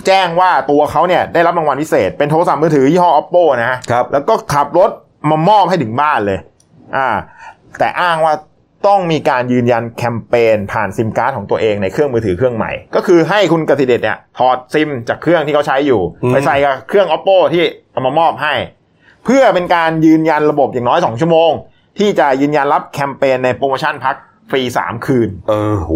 Speaker 9: แจ้งว่าตัวเขาเนี่ยได้รับรางวัลพิเศษ เป็นโทรศัพท์มือถือยี่ห้อ oppo นะฮะ
Speaker 1: ครับ
Speaker 9: แล้วก็ขับรถมามอบให้ถึงบ้านเลยอ่าแต่อ้างว่าต้องมีการยืนยันแคมเปญผ่านซิมการ์ดของตัวเองในเครื่องมือถือเครื่องใหม่ ก็คือให้คุณกสิเดชเนี่ยถอดซิมจากเครื่องที่เขาใช้อยู่
Speaker 1: อืม
Speaker 9: ไปใส่กับเครื่อง oppo ที่เอามามอบให้ เพื่อเป็นการยืนยันระบบอย่างน้อย 2 ชั่วโมง ที่จะยืนยันรับแคมเปญในโปรโมชั่นพักฟรีสามคืน
Speaker 1: เออโห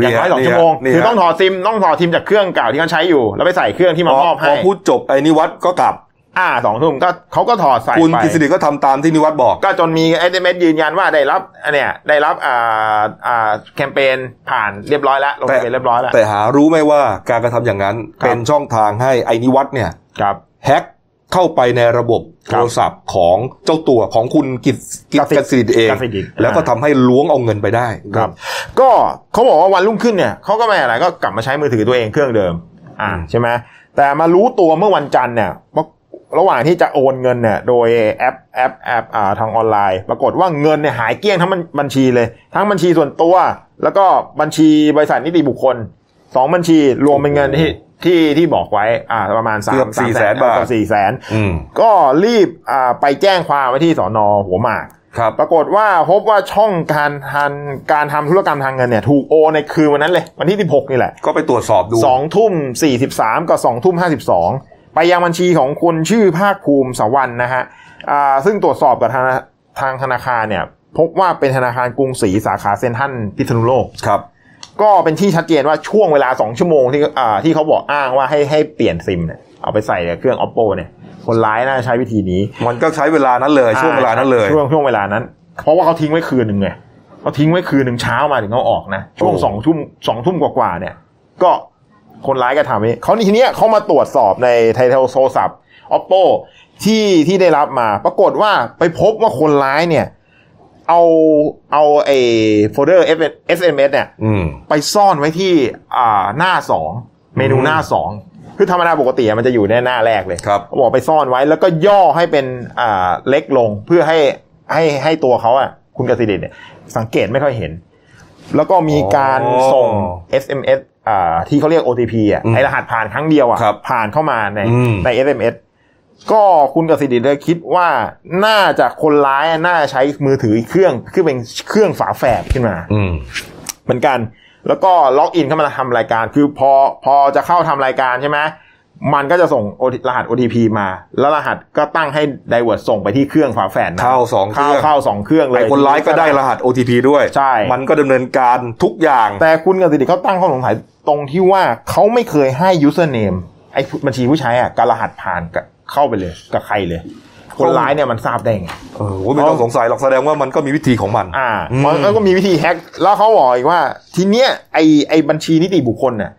Speaker 9: อย่างน้อยสองชั่วโมง
Speaker 1: นี่ฮะ
Speaker 9: คือต้องถอดซิมต้องถอดซิมจากเครื่องเก่าที่เขาใช้อยู่ แล้วไปใส่เครื่องที่
Speaker 1: พ
Speaker 9: มา
Speaker 1: อ
Speaker 9: มอบ
Speaker 1: พ
Speaker 9: ให้
Speaker 1: อพูดจบไอ้นิวัตก็กลับ
Speaker 9: อ่าสองทุ่มก็เขาก็ถอดใส่
Speaker 1: คุณ
Speaker 9: ไป
Speaker 1: กฤษฎีก็ทำตามที่นิวัตบอก
Speaker 9: ก็จนมีเอสเมยืนยันว่าได้รับอันเนี่ยได้รับอ่าอ่าแคมเปญผ่านเรียบร้อยแล้วลงทะเบียนเรียบร้อยแล้ว
Speaker 1: แต่หารู้ไหมว่าการกระทำอย่างนั้น
Speaker 9: ครับ
Speaker 1: เป็นช่องทางให้ไอ้นิวัตเนี่ย
Speaker 9: ครับ
Speaker 1: แฮ็กเข้าไปในระบบโทรศัพท์ของเจ้าตัวของคุณกิจกิจ
Speaker 9: กสิ
Speaker 1: ก
Speaker 9: ทธิ์
Speaker 1: สิทธิ์เอง
Speaker 9: กสิทธิ์อ่า
Speaker 1: แล้วก็ทำให้ล้วงเอาเงินไปได้
Speaker 9: ครับก็เขาบอกว่าวันรุ่งขึ้นเนี่ยเขาก็ไม่อะไรก็กลับมาใช้มือถือตัวเองเครื่องเดิม อ่า
Speaker 1: อืม
Speaker 9: ใช่ไหมแต่มารู้ตัวเมื่อวันจันทร์เนี่ยว่าระหว่างที่จะโอนเงินเนี่ยโดยแอปแอปแอปอ่าทางออนไลน์ ปรากฏว่าเงินเนี่ยหายเกลี้ยงทั้งบัญบัญชีเลย ทั้งบัญชีส่วนตัว แล้วก็บัญชีบริษัทนิติบุคคลสองบัญชีรวมเป็นเงินที่ที่ที่บอกไว้อ่าประมาณสาม
Speaker 1: เกือบ
Speaker 9: าม
Speaker 1: 400,000บาท
Speaker 9: เกือบสี่แสน
Speaker 1: อืม
Speaker 9: ก็รีบอ่าไปแจ้งความไว้ที่สอนอหัวหมาก
Speaker 1: ครับ
Speaker 9: ปรากฏว่าพบว่าช่องการทานการทำธุรกรรมทางเงินเนี่ยถูกโอนในคืนวันนั้นเลย วันที่ 16 นี่แหละ
Speaker 1: ก็ไปตรวจสอบดู
Speaker 9: 2ทุ่ม 43 กับ2ทุ่ม 52 ไปยังบัญชีของคนชื่อภาคภูมิสวรรณนะฮะอ่าซึ่งตรวจสอบกับทางทางธนาคารเนี่ยพบว่าเป็นธนาคารกรุงศรีสาขาเซ็นทรัลพิษณุโลก
Speaker 1: ครับ
Speaker 9: ก็เป็นที่ชัดเจนว่าช่วงเวลา 2 ชั่วโมงที่อ่าที่เขาบอกอ้างว่าให้ให้เปลี่ยนซิมเนี่ยเอาไปใส่กับเครื่อง oppo เนี่ยคนร้ายน่าจะใช้วิธีนี้
Speaker 1: มันก็ใช้เวลานั้นเลยช่วงเวลานั้นเลย
Speaker 9: ช่วงช่วงเวลานั้น เพราะว่าเขาทิ้งไว้คืนหนึ่งไงเขาทิ้งไว้คืนหนึ่งเช้ามาถึงเขาออกนะ ช่วง
Speaker 1: โอ้
Speaker 9: สองทุ่มสองทุ่มกว่าๆเนี่ย ก็คนร้ายก็ทำนี้เขาทีเนี้ยเขามาตรวจสอบในไทเทลโซศัพท์ oppo ที่ที่ได้รับมาปรากฏว่าไปพบว่าคนร้ายเนี่ย เอาเอาไอ้โฟลเดอร์ sms เนี่ย
Speaker 1: อืม
Speaker 9: ไปซ่อนไว้ที่อ่าหน้าสองเมนูหน้าสองคือธรรมดาปกติอะมันจะอยู่ในหน้าแรกเลย
Speaker 1: ครับ
Speaker 9: เขาบอกไปซ่อนไว้แล้วก็ย่อให้เป็นอ่าเล็กลงเพื่อให้ให้ให้ตัวเขาอ่ะคุณกสิเดชเนี่ยสังเกตไม่ค่อยเห็น แล้วก็มีการส่ง SMS อ่าที่เขาเรียก OTP อ่ะ
Speaker 1: อืม
Speaker 9: ไอรหัสผ่านครั้งเดียวอ่ะ
Speaker 1: ครับ
Speaker 9: ผ่านเข้ามาใน
Speaker 1: อืม
Speaker 9: ใน SMS ก็คุณกสิเดชเลยคิดว่าน่าจะคนร้ายอะน่าจะใช้มือถืออีกเครื่องคือเป็นเครื่องฝาแฝดขึ้นมา
Speaker 1: อืม
Speaker 9: เหมือนกัน แล้วก็ล็อกอินเข้ามาทำรายการ คือพอพอจะเข้าทำรายการใช่ไหม มันก็จะส่ง OT รหัส OTP มา แล้วรหัสก็ตั้งให้ d i v e r t ส่งไปที่เครื่องฝาแฝดนะ
Speaker 1: เข้าสองเครื่อง
Speaker 9: เข้าเข้าสองเครื่องเลย
Speaker 1: ไอ้คนร้ายก็ได้รหัส OTP ด้วย
Speaker 9: ใช่
Speaker 1: มันก็ดำเนินการทุกอย่าง
Speaker 9: แต่คุณกับสิริเขาตั้งข้อสงสัยตรงที่ว่าเขาไม่เคยให้ username ไอ้บัญชีผู้ใช้อะกับรหัสผ่านกับเข้าไปเลยกับใครเลย คนร้ายเนี่ยมันทราบได้ไง
Speaker 1: เออโอ้ยไม่ต้องสงสัยหรอกแสดงว่ามันก็มีวิธีของมัน
Speaker 9: อ่า
Speaker 1: อืม
Speaker 9: มันก็มีวิธีแฮ็กแล้วเขาบอกอีกว่า ทีเนี้ยไอไอบัญชีนิติบุคคลเนี่ย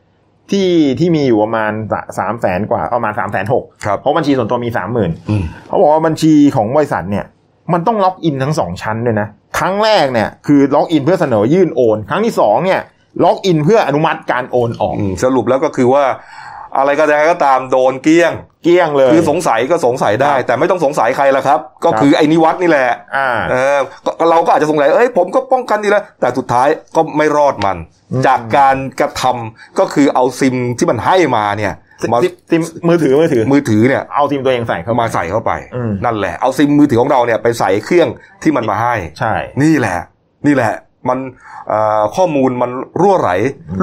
Speaker 9: ที่ที่มีอยู่ประมาณสามแสนกว่าประมาณสามแสนหก
Speaker 1: ครับ
Speaker 9: เพราะบัญชีส่วนตัวมีสามหมื่น
Speaker 1: อืม
Speaker 9: เขาบอกว่าบัญชีของบริษัทเนี่ย มันต้องล็อกอินทั้งสองชั้นเลยนะครั้งแรกเนี่ยคือล็อกอินเพื่อเสนอยื่นโอน ครั้งที่สองเนี่ยล็อกอินเพื่ออนุมัติการโอนออก
Speaker 1: อืมสรุปแล้วก็คือว่า อะไรก็ได้ก็ตามโดนเกลี้ยง
Speaker 9: เกลี้ยงเลย
Speaker 1: คือสงสัยก็สงสัยได้ แต่ไม่ต้องสงสัยใครละครับ ก็คือไอ้นิวัตนี่แหละ
Speaker 9: อ่า
Speaker 1: เออก็เราก็อาจจะสงสัยเอ้ยผมก็ป้องกันดีแล้วแต่สุดท้ายก็ไม่รอดมัน
Speaker 9: อืม
Speaker 1: จากการกระทำก็คือเอาซิมที่มันให้มาเนี่ยมา
Speaker 9: ซิมมือถือมือถือ
Speaker 1: มือถือเนี่ย
Speaker 9: เอาซิมตัวเองใส่เข้ามา
Speaker 1: มาใส่เข้าไป
Speaker 9: อืม
Speaker 1: นั่นแหละเอาซิมมือถือของเราเนี่ยไปใส่เครื่องที่มันมาให้
Speaker 9: ใช่
Speaker 1: นี่แหละ นี่แหละ มันเอ่อข้อมูลมันรั่วไหล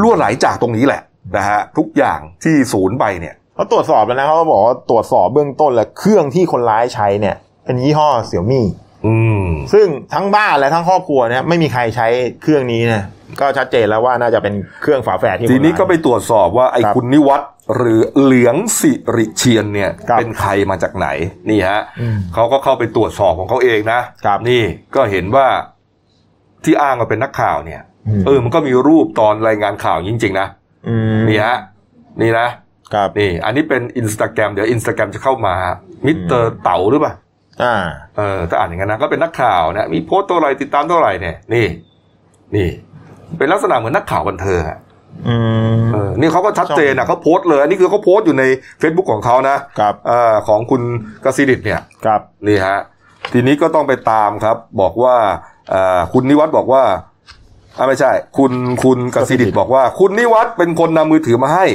Speaker 1: รั่วไหลจากตรงนี้แหละนะฮะทุกอย่างที่ศูนย์ไปเนี่ย
Speaker 9: เขาตรวจสอบแล้วนะเขาบอกว่าตรวจสอบเบื้องต้นแล้วเครื่องที่คนร้ายใช้เนี่ยเป็นยี่ห้อเสี่ยมี่
Speaker 1: อืม
Speaker 9: ซึ่งทั้งบ้านและทั้งครอบครัวเนี่ยไม่มีใครใช้เครื่องนี้นะก็ชัดเจนแล้วว่าน่าจะเป็นเครื่องฝาแฝดที่ค
Speaker 1: ที
Speaker 9: ร้าย
Speaker 1: นี้ก็ไปตรวจสอบว่าไอ้
Speaker 9: ครับ
Speaker 1: คุณนิวัตรหรือเหลืองสิริเชียนเนี่ย
Speaker 9: ครับ
Speaker 1: เป็นใครมาจากไหนนี่ฮะ
Speaker 9: อืม
Speaker 1: เขาก็เข้าไปตรวจสอบของเขาเองนะครับนี่ก็เห็นว่าที่อ้างว่าเป็นนักข่าวเนี่ย
Speaker 9: อืม
Speaker 1: เออมันก็มีรูปตอนรายงานข่าวจริงๆนะ
Speaker 9: อืม
Speaker 1: นี่ฮะนี่นะ
Speaker 9: ครับ
Speaker 1: นี่ อันนี้เป็นอินสตาแกรมเดี๋ยวอินสตาแกรมจะเข้ามามิสเตอร์เต๋าหรือเปล่า
Speaker 9: อ่า
Speaker 1: เออถ้าอ่านอย่างนั้นนะก็เป็นนักข่าวนะมีโพสต์เท่าไหร่ติดตามเท่าไหร่เนี่ยนี่ นี่ เป็นลักษณะเหมือนนักข่าวบันเทิงอะ
Speaker 9: อืม
Speaker 1: เออนี่เขาก็ชัดเจนนะเขาโพสต์เลยอันนี้คือเขาโพสต์อยู่ใน Facebook ของเขานะครับ เอ่อของคุณกสิดิตเนี่ย
Speaker 9: ครับ
Speaker 1: นี่ฮะทีนี้ก็ต้องไปตามครับ บอกว่าเอ่อคุณนิวัฒน์บอกว่าอ่าไม่ใช่ คุณคุณกสิดิตบอกว่า คุณนิวัฒน์เป็นคนนำมือถือมาให้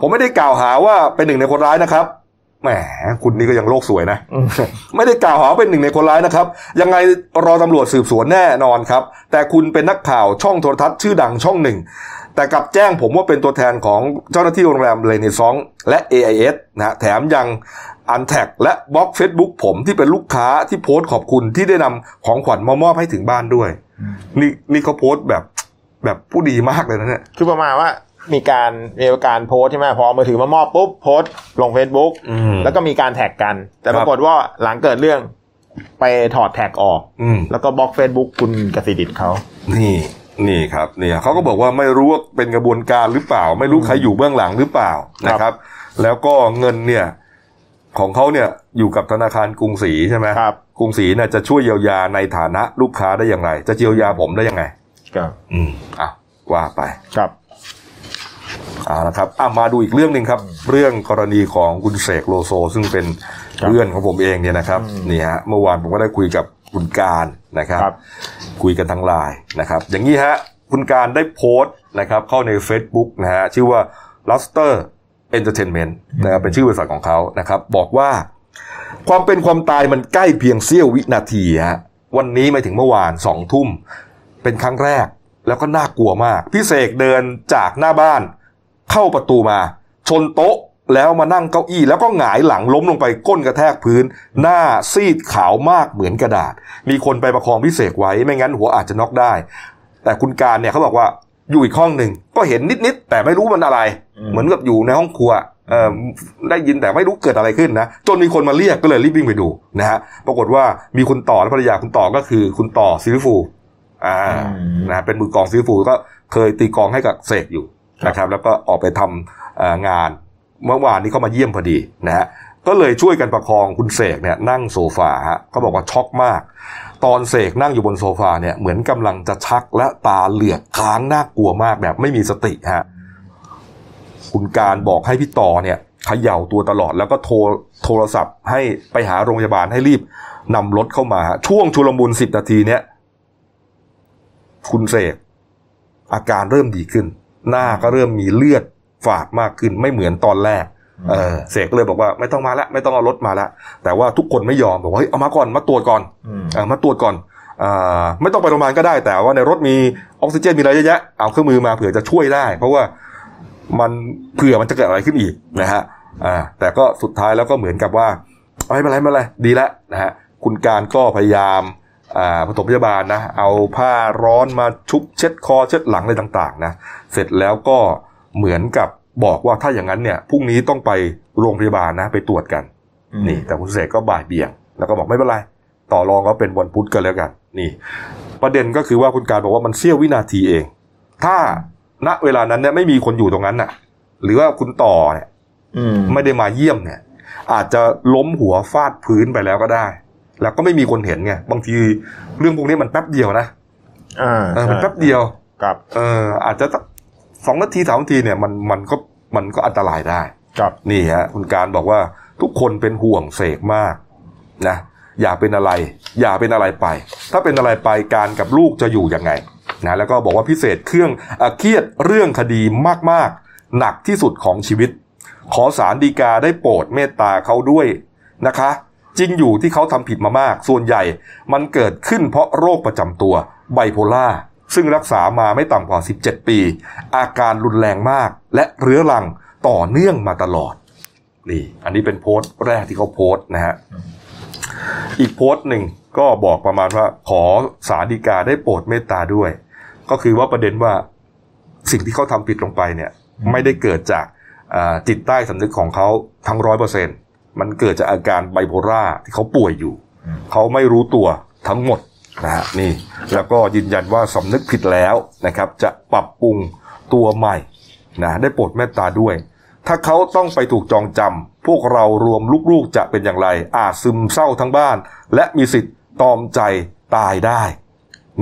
Speaker 1: ผมไม่ได้กล่าวหาว่าเป็นหนึ่งในคนร้ายนะครับแหมคุณนี่ก็ยังโลกสวยนะ ไม่ได้กล่าวหาว่าเป็นหนึ่งในคนร้ายนะครับ ยังไงรอตำรวจสืบสวนแน่นอนครับ แต่คุณเป็นนักข่าวช่องโทรทัศน์ชื่อดังช่องหนึ่ง แต่กลับแจ้งผมว่าเป็นตัวแทนของเจ้าหน้าที่โรงแรมเลนซองและ AIS นะฮะแถมยังอันแท็กและบล็อก Facebook ผมที่เป็นลูกค้าที่โพสต์ขอบคุณที่ได้นำของขวัญมามอบให้ถึงบ้านด้วย นี่นี่เขาโพสต์แบบแบบผู้ดีมากเลยนะเนี่ย
Speaker 9: คือประมาณว่ามีการมีการโพสต์ใช่ไหมพอเอามือถือมามอบปุ๊บโพสต์ลง Facebook
Speaker 1: อืม
Speaker 9: แล้วก็มีการแท็กกัน แต่
Speaker 1: ครับ
Speaker 9: ปรากฏว่าหลังเกิดเรื่องไปถอดแท็กออก
Speaker 1: อืม
Speaker 9: แล้วก็บล็อก Facebook คุณกสิดิตเขา
Speaker 1: นี่นี่ครับเนี่ยเขาก็บอกว่าไม่รู้ว่าเป็นกระบวนการหรือเปล่า ไม่รู้ใครอยู่เบื้องหลังหรือเปล่า
Speaker 9: ครับ
Speaker 1: นะครับ แล้วก็เงินเนี่ยของเขาเนี่ยอยู่กับธนาคารกรุงศรีใช่ไหม
Speaker 9: ครับ
Speaker 1: กรุงศรีเนี่ยจะช่วยเยียวยาในฐานะลูกค้าได้อย่างไร จะเยียวยาผมได้ยังไง
Speaker 9: ครับ
Speaker 1: อืมอ่ะว่าไป
Speaker 9: ครับ
Speaker 1: เอ่านะครับอ่ะมาดูอีกเรื่องหนึ่งครับ เรื่องกรณีของคุณเสกโลโซ ซึ่งเป็นเพื่อนของผมเองเนี่ยนะครับนี่ฮะเมื่อวานผมก็ได้คุยกับคุณการนะครับ
Speaker 9: ครับ
Speaker 1: คุยกันทางไลน์นะครับ อย่างนี้ฮะคุณการได้โพสต์นะครับเข้าใน Facebook นะฮะชื่อว่า Luster Entertainment นะครับเป็นชื่อบริษัทของเขานะครับบอกว่าความเป็นความตายมันใกล้เพียงเสี้ยววินาทีฮะวันนี้ไม่ถึงเมื่อวานสองทุ่ม เป็นครั้งแรกแล้วก็น่ากลัวมาก พี่เสกเดินจากหน้าบ้าน เข้าประตูมา ชนโต๊ะแล้วมานั่งเก้าอี้ แล้วก็หงายหลังล้มลงไปก้นกระแทกพื้น หน้าซีดขาวมากเหมือนกระดาษ มีคนไปประคองพี่เสกไว้ไม่งั้นหัวอาจจะน็อกได้ แต่คุณการเนี่ยเขาบอกว่าอยู่อีกห้องหนึ่งก็เห็นนิดๆแต่ไม่รู้มันอะไร เหมือนกับอยู่ในห้องครัวเอ่อได้ยินแต่ไม่รู้เกิดอะไรขึ้นนะจนมีคนมาเรียกก็เลยรีบวิ่งไปดูนะฮะปรากฏว่ามีคุณต่อและภรรยาคุณต่อก็คือคุณต่อซิลิฟู อ่านะฮะเป็นมือกลองซีฟูก็เคยตีกลองให้กับเสกอยู่นะครับ แล้วก็ออกไปทำเอ่องานเมื่อวานนี้เขามาเยี่ยมพอดีนะฮะก็เลยช่วยกันประคองคุณเสกเนี่ยนั่งโซฟาฮะเขาบอกว่าช็อกมาก ตอนเสกนั่งอยู่บนโซฟาเนี่ยเหมือนกำลังจะชักและตาเหลือกค้างน่ากลัวมากแบบไม่มีสติฮะคุณการบอกให้พี่ต่อเนี่ยเขย่าตัวตลอดแล้วก็โทรโทรศัพท์ให้ไปหาโรงพยาบาลให้รีบนำรถเข้ามาฮะช่วงชุลมุนสิบนาทีเนี่ย คุณเสกอาการเริ่มดีขึ้น หน้าก็เริ่มมีเลือดฝาดมากขึ้นไม่เหมือนตอนแรก เออเสกก็เลยบอกว่าไม่ต้องมาละไม่ต้องเอารถมาละแต่ว่าทุกคนไม่ยอมบอกว่าเฮ้ยเอามาก่อนมาตรวจก่อน
Speaker 9: อืม
Speaker 1: เออมาตรวจก่อนอาไม่ต้องไปโรงพยาบาลก็ได้ แต่ว่าในรถมีออกซิเจนมีอะไรเยอะแยะเอาเครื่องมือมาเผื่อจะช่วยได้ เพราะว่ามันเผื่อมันจะเกิดอะไรขึ้นอีกนะฮะอ่าแต่ก็สุดท้ายแล้วก็เหมือนกับว่าเอาไม่เป็นไรไม่เป็นไรดีแล้วนะฮะคุณการก็พยายาม อ่าปฐมพยาบาลนะ เอาผ้าร้อนมาชุบเช็ดคอเช็ดหลังอะไรต่าง ๆ นะ เสร็จแล้วก็เหมือนกับบอกว่าถ้าอย่างนั้นเนี่ยพรุ่งนี้ต้องไปโรงพยาบาลนะไปตรวจกัน นี่ แต่คุณเสกก็บ่ายเบี่ยง แล้วก็บอกไม่เป็นไร ต่อรองก็เป็นวันพุธกันแล้วกัน นี่ ประเด็นก็คือว่าคุณการบอกว่ามันเสี้ยววินาทีเอง ถ้าณเวลานั้นเนี่ยไม่มีคนอยู่ตรงนั้นน่ะ หรือว่าคุณต่อเนี่ย
Speaker 9: อืม
Speaker 1: ไม่ได้มาเยี่ยมเนี่ย อาจจะล้มหัวฟาดพื้นไปแล้วก็ได้ แล้วก็ไม่มีคนเห็นไงบางทีเรื่องพวกนี้มันแป๊บเดียวนะ
Speaker 9: อ่า
Speaker 1: เออมันแป๊บ
Speaker 9: ใช่
Speaker 1: เดียว
Speaker 9: ครับ
Speaker 1: เอออาจจะสักสองนาทีสามนาทีเนี่ยมันมันก็มันก็อันตรายได้
Speaker 9: ครับ
Speaker 1: นี่ฮะคุณการบอกว่าทุกคนเป็นห่วงเสกมากนะอย่าเป็นอะไร อย่าเป็นอะไรไป ถ้าเป็นอะไรไปการกับลูกจะอยู่ยังไงนะแล้วก็บอกว่าพิเศษเครื่องเอ่อเครียดเรื่องคดีมากๆ หนักที่สุดของชีวิต ขอสารดีกาได้โปรดเมตตาเขาด้วยนะคะ จริงอยู่ที่เขาทำผิดมามาก ส่วนใหญ่มันเกิดขึ้นเพราะโรคประจำตัวไบโพล่าซึ่งรักษามาไม่ต่ำกว่า 17 ปี อาการรุนแรงมาก และเรื้อรังต่อเนื่องมาตลอด นี่ อันนี้เป็นโพสต์แรกที่เขาโพสต์นะฮะ อีกโพสต์หนึ่งก็บอกประมาณว่า ขอสาดีกาได้โปรดเมตตาด้วย ก็คือว่าประเด็นว่าสิ่งที่เขาทำผิดลงไปเนี่ย ไม่ได้เกิดจากอ่าจิตใต้สำนึกของเขาทั้งร้อยเปอร์เซ็นมันเกิดจากอาการไบโพล่าที่เขาป่วยอยู่ เขาไม่รู้ตัวทั้งหมดนะฮะนี่ แล้วก็ยืนยันว่าสำนึกผิดแล้วนะครับ จะปรับปรุงตัวใหม่นะได้โปรดเมตตาด้วย ถ้าเขาต้องไปถูกจองจำพวกเรารวมลูกๆจะเป็นอย่างไร อาจซึมเศร้าทั้งบ้าน และมีสิทธิ์ตอมใจตายได้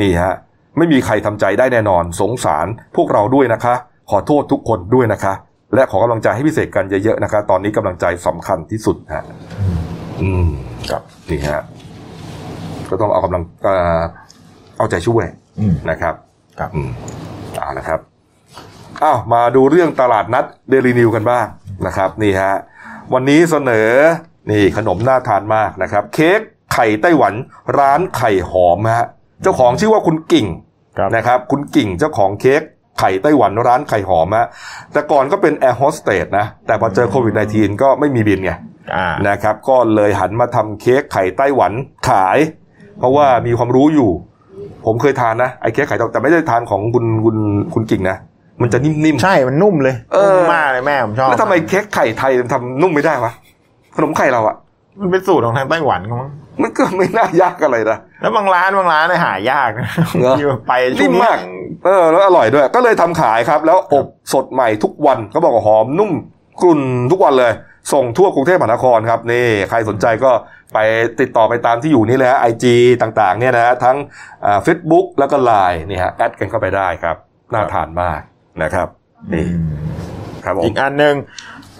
Speaker 1: นี่ฮะ ไม่มีใครทำใจได้แน่นอน สงสารพวกเราด้วยนะคะ ขอโทษทุกคนด้วยนะคะ และขอกำลังใจให้พิเศษกันเยอะๆนะคะ ตอนนี้กำลังใจสำคัญที่สุดฮะอืมครับนี่ฮะก็ต้องเอากำลังเอ่อเอาใจช่วย
Speaker 9: อืม
Speaker 1: นะครับ
Speaker 9: ครับ
Speaker 1: อืมเอ่านะครับ อ้าวมาดูเรื่องตลาดนัดเดลินิวกันบ้างนะครับนี่ฮะวันนี้เสนอนี่ขนมน่าทานมากนะครับ เค้กไข่ไต้หวันร้านไข่หอมฮะเจ้าของชื่อว่าคุณกิ่ง
Speaker 9: ครับ
Speaker 1: นะครับ คุณกิ่งเจ้าของเค้กไข่ไต้หวันร้านไข่หอมฮะแต่ก่อนก็เป็นแอร์โฮสเตสนะแต่พอเจอโควิด -19 ก็ไม่มีบินไง
Speaker 9: อ่า
Speaker 1: นะครับก็เลยหันมาทำเค้กไข่ไต้หวันขาย เพราะว่ามีความรู้อยู่ ผมเคยทานนะไอ้เค้กไข่ไต้หวันแต่ไม่ได้ทานของคุณคุณคุณกิ่งนะ มันจะนิ่ม
Speaker 9: ใช่มันนุ่มเลย
Speaker 1: เออ
Speaker 9: นุ่มมากเลยแม่ผมชอ
Speaker 1: ๆ
Speaker 9: บ
Speaker 1: แล้วทำไมเค้กไข่ไทยมันทำนุ่มไม่ได้วะขนมไข่เราอะ
Speaker 9: มันเป็นสูตรของทางไต้หวันเขามั้ง
Speaker 1: มันก็ไม่น่ายากอะไรนะ
Speaker 9: แล้วบางร้านบางร้านเนี่ยหายากนะ
Speaker 1: เหรอ
Speaker 9: ที่ไปช่ว
Speaker 1: นิ่
Speaker 9: ง
Speaker 1: ม
Speaker 9: นี้
Speaker 1: มากเออแล้วอร่อยด้วย ก็เลยทำขายครับ แล้วอบสดใหม่ทุกวันเขาบอกว่าหอมนุ่มกรุ่นทุกวันเลย ส่งทั่วกรุงเทพมหานครครับนี่ใครสนใจก็ไปติดต่อไปตามที่อยู่นี่เลยฮะไอจีต่างๆเนี่ยนะฮะทั้งเฟซบุ๊กแล้วก็ไลน์นี่ฮะแอดกันเข้าไปได้ครับ น่าทานมากนะครับนี่ครับผ
Speaker 9: อี
Speaker 1: ม
Speaker 9: กอันหนึ่ง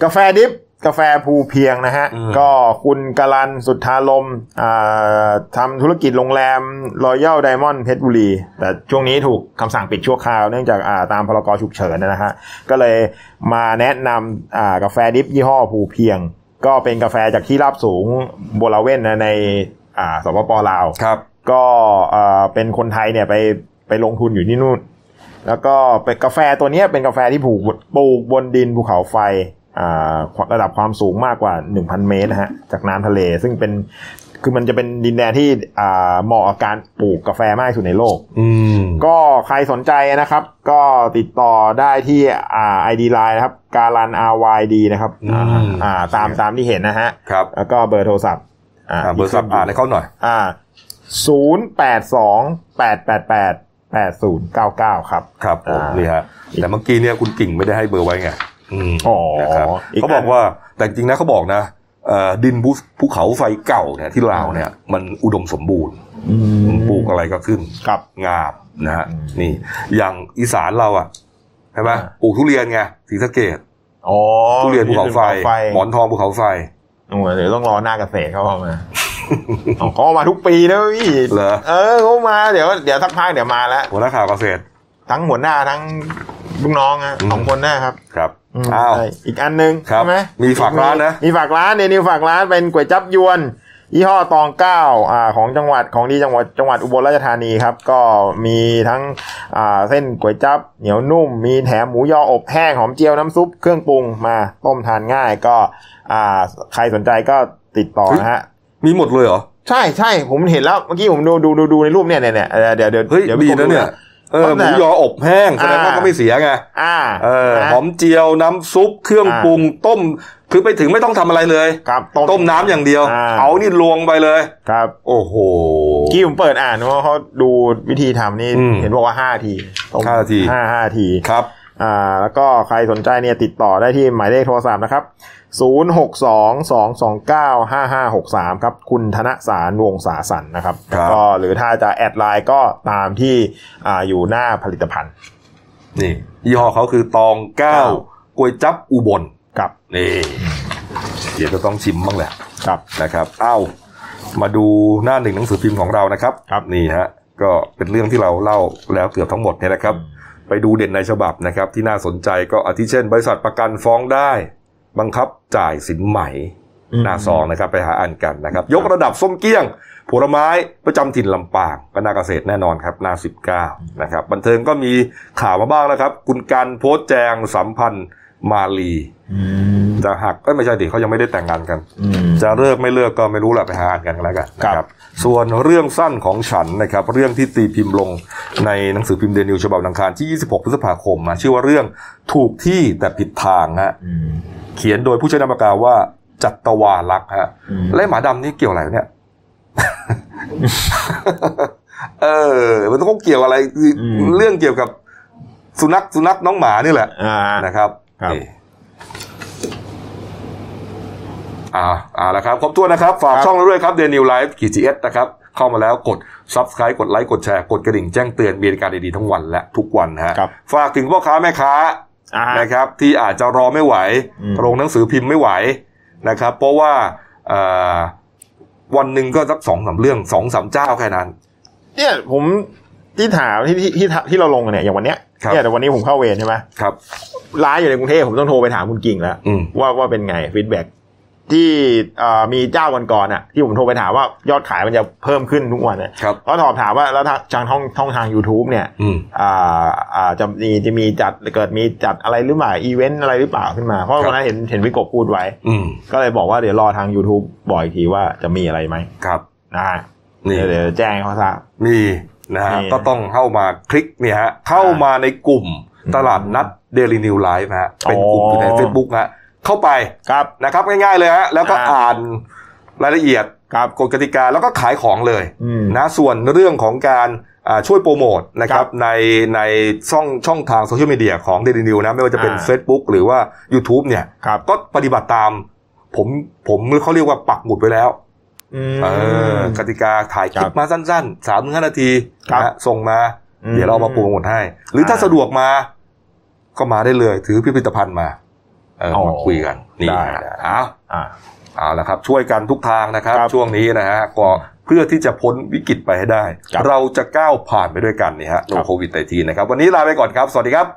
Speaker 9: กาแฟดิฟกาแฟภูเพียงนะฮะ
Speaker 1: อืม
Speaker 9: ก็คุณกาลันสุทธาลมอ่าทำธุรกิจโรงแรมรอยัลไดมอนด์เพชรบุรี แต่ช่วงนี้ถูกคำสั่งปิดชั่วคราวเนื่องจากอ่าตามพรกฉุกเฉินนะฮะ ก็เลยมาแนะนำอ่ากาแฟดิฟยี่ห้อภูเพียง ก็เป็นกาแฟจากที่ราบสูงโบลาเวนนะในอ่าสปปลาว
Speaker 1: ครับ
Speaker 9: ก็เอ่อเป็นคนไทยเนี่ยไปไปลงทุนอยู่ที่นู่น แล้วก็เป็นกาแฟตัวเนี้ยเป็นกาแฟที่ปลูกปลูกบนดินภูเขาไฟอ่าระดับความสูงมากกว่า 1,000 เมตรนะฮะจากน้ำทะเล ซึ่งเป็นคือมันจะเป็นดินแดนที่อ่าเหมาะกับการปลูกกาแฟมากที่สุดในโลก
Speaker 1: อืม
Speaker 9: ก็ใครสนใจนะครับ ก็ติดต่อได้ที่อ่า ID Line นะครับการัน RYD นะครับอ่าอ่าตามตามที่เห็นนะฮะ
Speaker 1: ครับ
Speaker 9: แล้วก็เบอร์โทรศัพท์อ่า
Speaker 1: อ่ะเบอร์สับอ่านให้เขาหน่อย
Speaker 9: อ่าศูนย์แปดสองแปดแปดแปดแปดศูนย์เก้าเก้าครับ
Speaker 1: ครับผม
Speaker 9: อ่านี่
Speaker 1: นี่ฮะแต่เมื่อกี้เนี่ยคุณกิ่งไม่ได้ให้เบอร์ไว้ไงอืม
Speaker 9: อ๋อ
Speaker 1: นะครับ
Speaker 9: อีกอัน
Speaker 1: เขาบอกว่าแต่จริงนะเขาบอกนะเอ่อดินภูภูเขาไฟเก่าเนี่ยที่ลาวเนี่ยมันอุดมสมบูรณ์ปลูกอะไรก็ขึ้น
Speaker 9: ครับ
Speaker 1: งามนะฮะ
Speaker 9: อืม
Speaker 1: นี่อย่างอีสานเราอ่ะใช่ไหม
Speaker 9: อ่า
Speaker 1: ปลูกทุเรียนไงสีสะเกด
Speaker 9: อ๋อ
Speaker 1: ทุเรียนภูเขาไฟ หมอนทองภูเขาไฟ
Speaker 9: โอ้โหเดี๋ยวต้องรอหน้าเกษตรเขา เข้ามา เอาเขามาทุกปีนะพี่
Speaker 1: เหรอ
Speaker 9: เออเขามาเดี๋ยวเดี๋ยวสักพักเดี๋ยวมาแล้ว
Speaker 1: หัวหน้าข่าวเกษตร
Speaker 9: ทั้งหัวหน้าทั้งลูกน้องอะ
Speaker 1: อืม
Speaker 9: สองคนหน้าครับ
Speaker 1: ครับ
Speaker 9: อืม
Speaker 1: อ้าว
Speaker 9: ใช่อีกอันหนึง
Speaker 1: ครับ
Speaker 9: ใช่ไหม
Speaker 1: มีฝากร้านนะ
Speaker 9: มีฝากร้านเนนิวฝากร้านเป็นก๋วยจับยวน ยี่ห้อตองเก้าอ่าของจังหวัดของดีจังหวัดจังหวัดอุบลราชธานีครับ ก็มีทั้งอ่าเส้นก๋วยจับเหนียวนุ่ม มีแถมหมูยออบแห้งหอมเจียวน้ำซุปเครื่องปรุงมาต้มทานง่ายก็อ่าใครสนใจก็ติดต่อนะฮะ
Speaker 1: มีหมดเลยเหรอ
Speaker 9: ใช่ใช่ผมเห็นแล้วเมื่อกี้ผมดูดูดูดูในรูปเนี่ยเนี่ยเนี่ยเออเดี๋ยวเดี๋ยว
Speaker 1: เฮ้ย
Speaker 9: ดี๋ว
Speaker 1: ดี
Speaker 9: พี่กบ
Speaker 1: นะ
Speaker 9: ดู
Speaker 1: เนี่ยเออหมูยออบแห้งแสดงว่า
Speaker 9: อ่า
Speaker 1: ก็ไม่เสียไง
Speaker 9: อ่า
Speaker 1: เออ
Speaker 9: นะ
Speaker 1: หอมเจียวน้ำซุปเครื่อง
Speaker 9: อ่า
Speaker 1: ปรุงต้ม คือไปถึงไม่ต้องทำอะไรเลย
Speaker 9: ครับ
Speaker 1: ต้มน้ำอย่างเดียว
Speaker 9: อ่า
Speaker 1: เอานี่ลวงไปเลย
Speaker 9: ครับ
Speaker 1: โอ้โห
Speaker 9: กี้ผมเปิดอ่านว่าเขาดูวิธีทำนี่
Speaker 1: อืม
Speaker 9: เห็นบอกว่าห้าทีต้ม
Speaker 1: ห้านาที
Speaker 9: ห้าห้าที
Speaker 1: ครับ
Speaker 9: อ่า แล้วก็ใครสนใจเนี่ยติดต่อได้ที่หมายเลขโทรศัพท์นะครับ 0 6 2 2 2 9 5 5 6 3 ครับ คุณธนสารวงศาสันนะครับ
Speaker 1: ครับ
Speaker 9: ก็หรือถ้าจะแอดไลน์ก็ตามที่อ่าอยู่หน้าผลิตภัณฑ์
Speaker 1: นี่ยี่ห้อเขาคือตองเก้า
Speaker 9: เก้า
Speaker 1: ก๋วยจับอุบล
Speaker 9: ครับ
Speaker 1: นี่เดี๋ยวจะต้องชิมบ้างแหละ
Speaker 9: ครับ
Speaker 1: นะครับเอ้ามาดูหน้าหนึ่งหนังสือพิมพ์ของเรานะครับ
Speaker 9: ครับ
Speaker 1: นี่ฮะก็เป็นเรื่องที่เราเล่าแล้วเกือบทั้งหมดเนี่ยนะครับ ไปดูเด่นในฉบับนะครับ ที่น่าสนใจก็อาทิเช่น บริษัทประกันฟ้องได้ บังคับจ่ายสินใหม่ หน้าซองนะครับไปหาอ่านกันนะครับ ยกระดับส้มเกี้ยง ผลไม้ประจำถิ่นลำปางก็นาเกษตรแน่นอนครับ หน้า 19 นะครับ บันเทิงก็มีข่าวมาบ้างแล้วครับ คุณการโพสต์แจงสัมพันธ์มาลี จะหักเอ้ยไม่ใช่ดิเขายังไม่ได้แต่งงานกัน จะเลิกไม่เลิกก็ไม่รู้แหละไปหาอ่านกันแล้วกันนะค
Speaker 9: ครั
Speaker 1: รับบ ส่วนเรื่องสั้นของฉันนะครับ เรื่องที่ตีพิมพ์ลงในหนังสือพิมพ์เดนิวฉบับวันอังคารที่ 26 พฤษภาคมนะชื่อว่าเรื่องถูกที่แต่ผิดทางฮะ เขียนโดยผู้ใช้นามปากกาว่าจัตวาลักษ์ฮะ
Speaker 9: อืม
Speaker 1: และหมาดำนี่เกี่ยวอะไรวะเนี่ย เออ มันต้องเกี่ยวอะไรคืออ
Speaker 9: ม
Speaker 1: เรื่องเกี่ยวกับสุนัขสุนัขน้องหมานี่แหละ
Speaker 9: อ่า
Speaker 1: นะครับ
Speaker 9: ครับ
Speaker 1: นี่ อ่าอ่าแล้วครับ ครบถ้วนนะครับ ฝาก
Speaker 9: ครับ
Speaker 1: ช่องเราด้วยครับเดนิวไลฟ์กีจีเอสนะครับ เข้ามาแล้วกด subscribe กดไลค์กดแชร์ กดกระดิ่งแจ้งเตือนมีรายการดีๆทั้งวันและทุกวันนะฮะ
Speaker 9: ครับ
Speaker 1: ฝากถึงพ่อค้าแม่ค้า
Speaker 9: อ่า
Speaker 1: นะครับที่อาจจะรอไม่ไหว
Speaker 9: อืม
Speaker 1: โรงหนังสือพิมพ์ไม่ไหวนะครับ เพราะว่าเอ่อวันหนึ่งก็สักสองสามเรื่องสองสามเจ้าแค่นั้น
Speaker 9: เนี่ยผมที่ถามที่ที่ที่ที่เราลงกันเนี่ยอย่างวันเนี้ย
Speaker 1: ครับ
Speaker 9: เนี่ยแต่วันนี้ผมเข้าเวรใช่ไหม
Speaker 1: ครับ
Speaker 9: ร้านอยู่ในกรุงเทพผมต้องโทรไปถามคุณกิ่งแล้ว
Speaker 1: อืม
Speaker 9: ว่าว่าเป็นไงฟีดแบ็กที่เอ่อมีเจ้าวันก่อนๆอ่ะ ที่ผมโทรไปถามว่ายอดขายมันจะเพิ่มขึ้นทุกวันเนี่ย
Speaker 1: ครับ
Speaker 9: ก็สอบถามว่าแล้วทางทางช่องช่องทาง YouTube เนี่ย
Speaker 1: อืม
Speaker 9: อ่าอ่าจะมีจะมีจัดเกิดมีจัดอะไรหรือเปล่าอีเวนต์อะไรหรือเปล่าขึ้นมาเพราะ
Speaker 1: ครับ
Speaker 9: วันนั้นเห็นเห็นวิกบพูดไว้
Speaker 1: อืม
Speaker 9: ก็เลยบอกว่าเดี๋ยวรอทาง YouTube บอกอีกทีว่าจะมีอะไรไหม
Speaker 1: ครับ
Speaker 9: นะฮะ
Speaker 1: นี่
Speaker 9: เดี๋ยวเดี๋ยวแจ้งให้เขาทราบ
Speaker 1: มีนะฮะ
Speaker 9: นี่
Speaker 1: ก็ต้องเข้ามาคลิกเนี่ยฮะเข้ามาในกลุ่มตลาดนัดเดลินิวไลฟ์ฮะเป็นกลุ่มอยู่ใน
Speaker 9: อ๋อ
Speaker 1: Facebook ฮะเข้าไป
Speaker 9: ครับ
Speaker 1: นะครับง่ายๆเลยฮะแล้วก็
Speaker 9: อ่า
Speaker 1: อ่านรายละเอียด
Speaker 9: ครับ
Speaker 1: กฎกติกาแล้วก็ขายของเลย
Speaker 9: อืม
Speaker 1: นะส่วนเรื่องของการอ่าช่วยโปรโมทนะครับ
Speaker 9: ครับ
Speaker 1: ในในช่องช่องทางโซเชียลมีเดียของ Daily News นะไม่ว่าจะเป็น
Speaker 9: อ่า
Speaker 1: Facebook หรือว่า YouTube เนี่ย
Speaker 9: ครับ
Speaker 1: ก็ปฏิบัติตามผมผมเขาเรียกว่าปักหมุดไว้แล้วเออกติกาถ่ายคลิ
Speaker 9: ครั
Speaker 1: ป
Speaker 9: บ
Speaker 1: มาสั้นๆ3ามถึงห้านาที
Speaker 9: ครับ
Speaker 1: นะฮะส่งมา
Speaker 9: อืม
Speaker 1: เดี๋ยวเราเอามาโปรโมทให้ หรือถ้า
Speaker 9: อ่า
Speaker 1: สะดวกมา ก็มาได้เลยถือพิพิธภัณฑ์มาเออ
Speaker 9: อ๋อ
Speaker 1: มาคุยกันนี่
Speaker 9: ได้
Speaker 1: นะอ้าว
Speaker 9: อ่า
Speaker 1: เอาละครับช่วยกันทุกทางนะครับ
Speaker 9: ครับ
Speaker 1: ช่วงนี้นะฮะก็เพื่อที่จะพ้นวิกฤตไปให้ได้
Speaker 9: ครับ
Speaker 1: เราจะก้าวผ่านไปด้วยกันนี่ฮะโนโควิดไทีนะครับ วันนี้ลาไปก่อนครับ สวัสดีครับ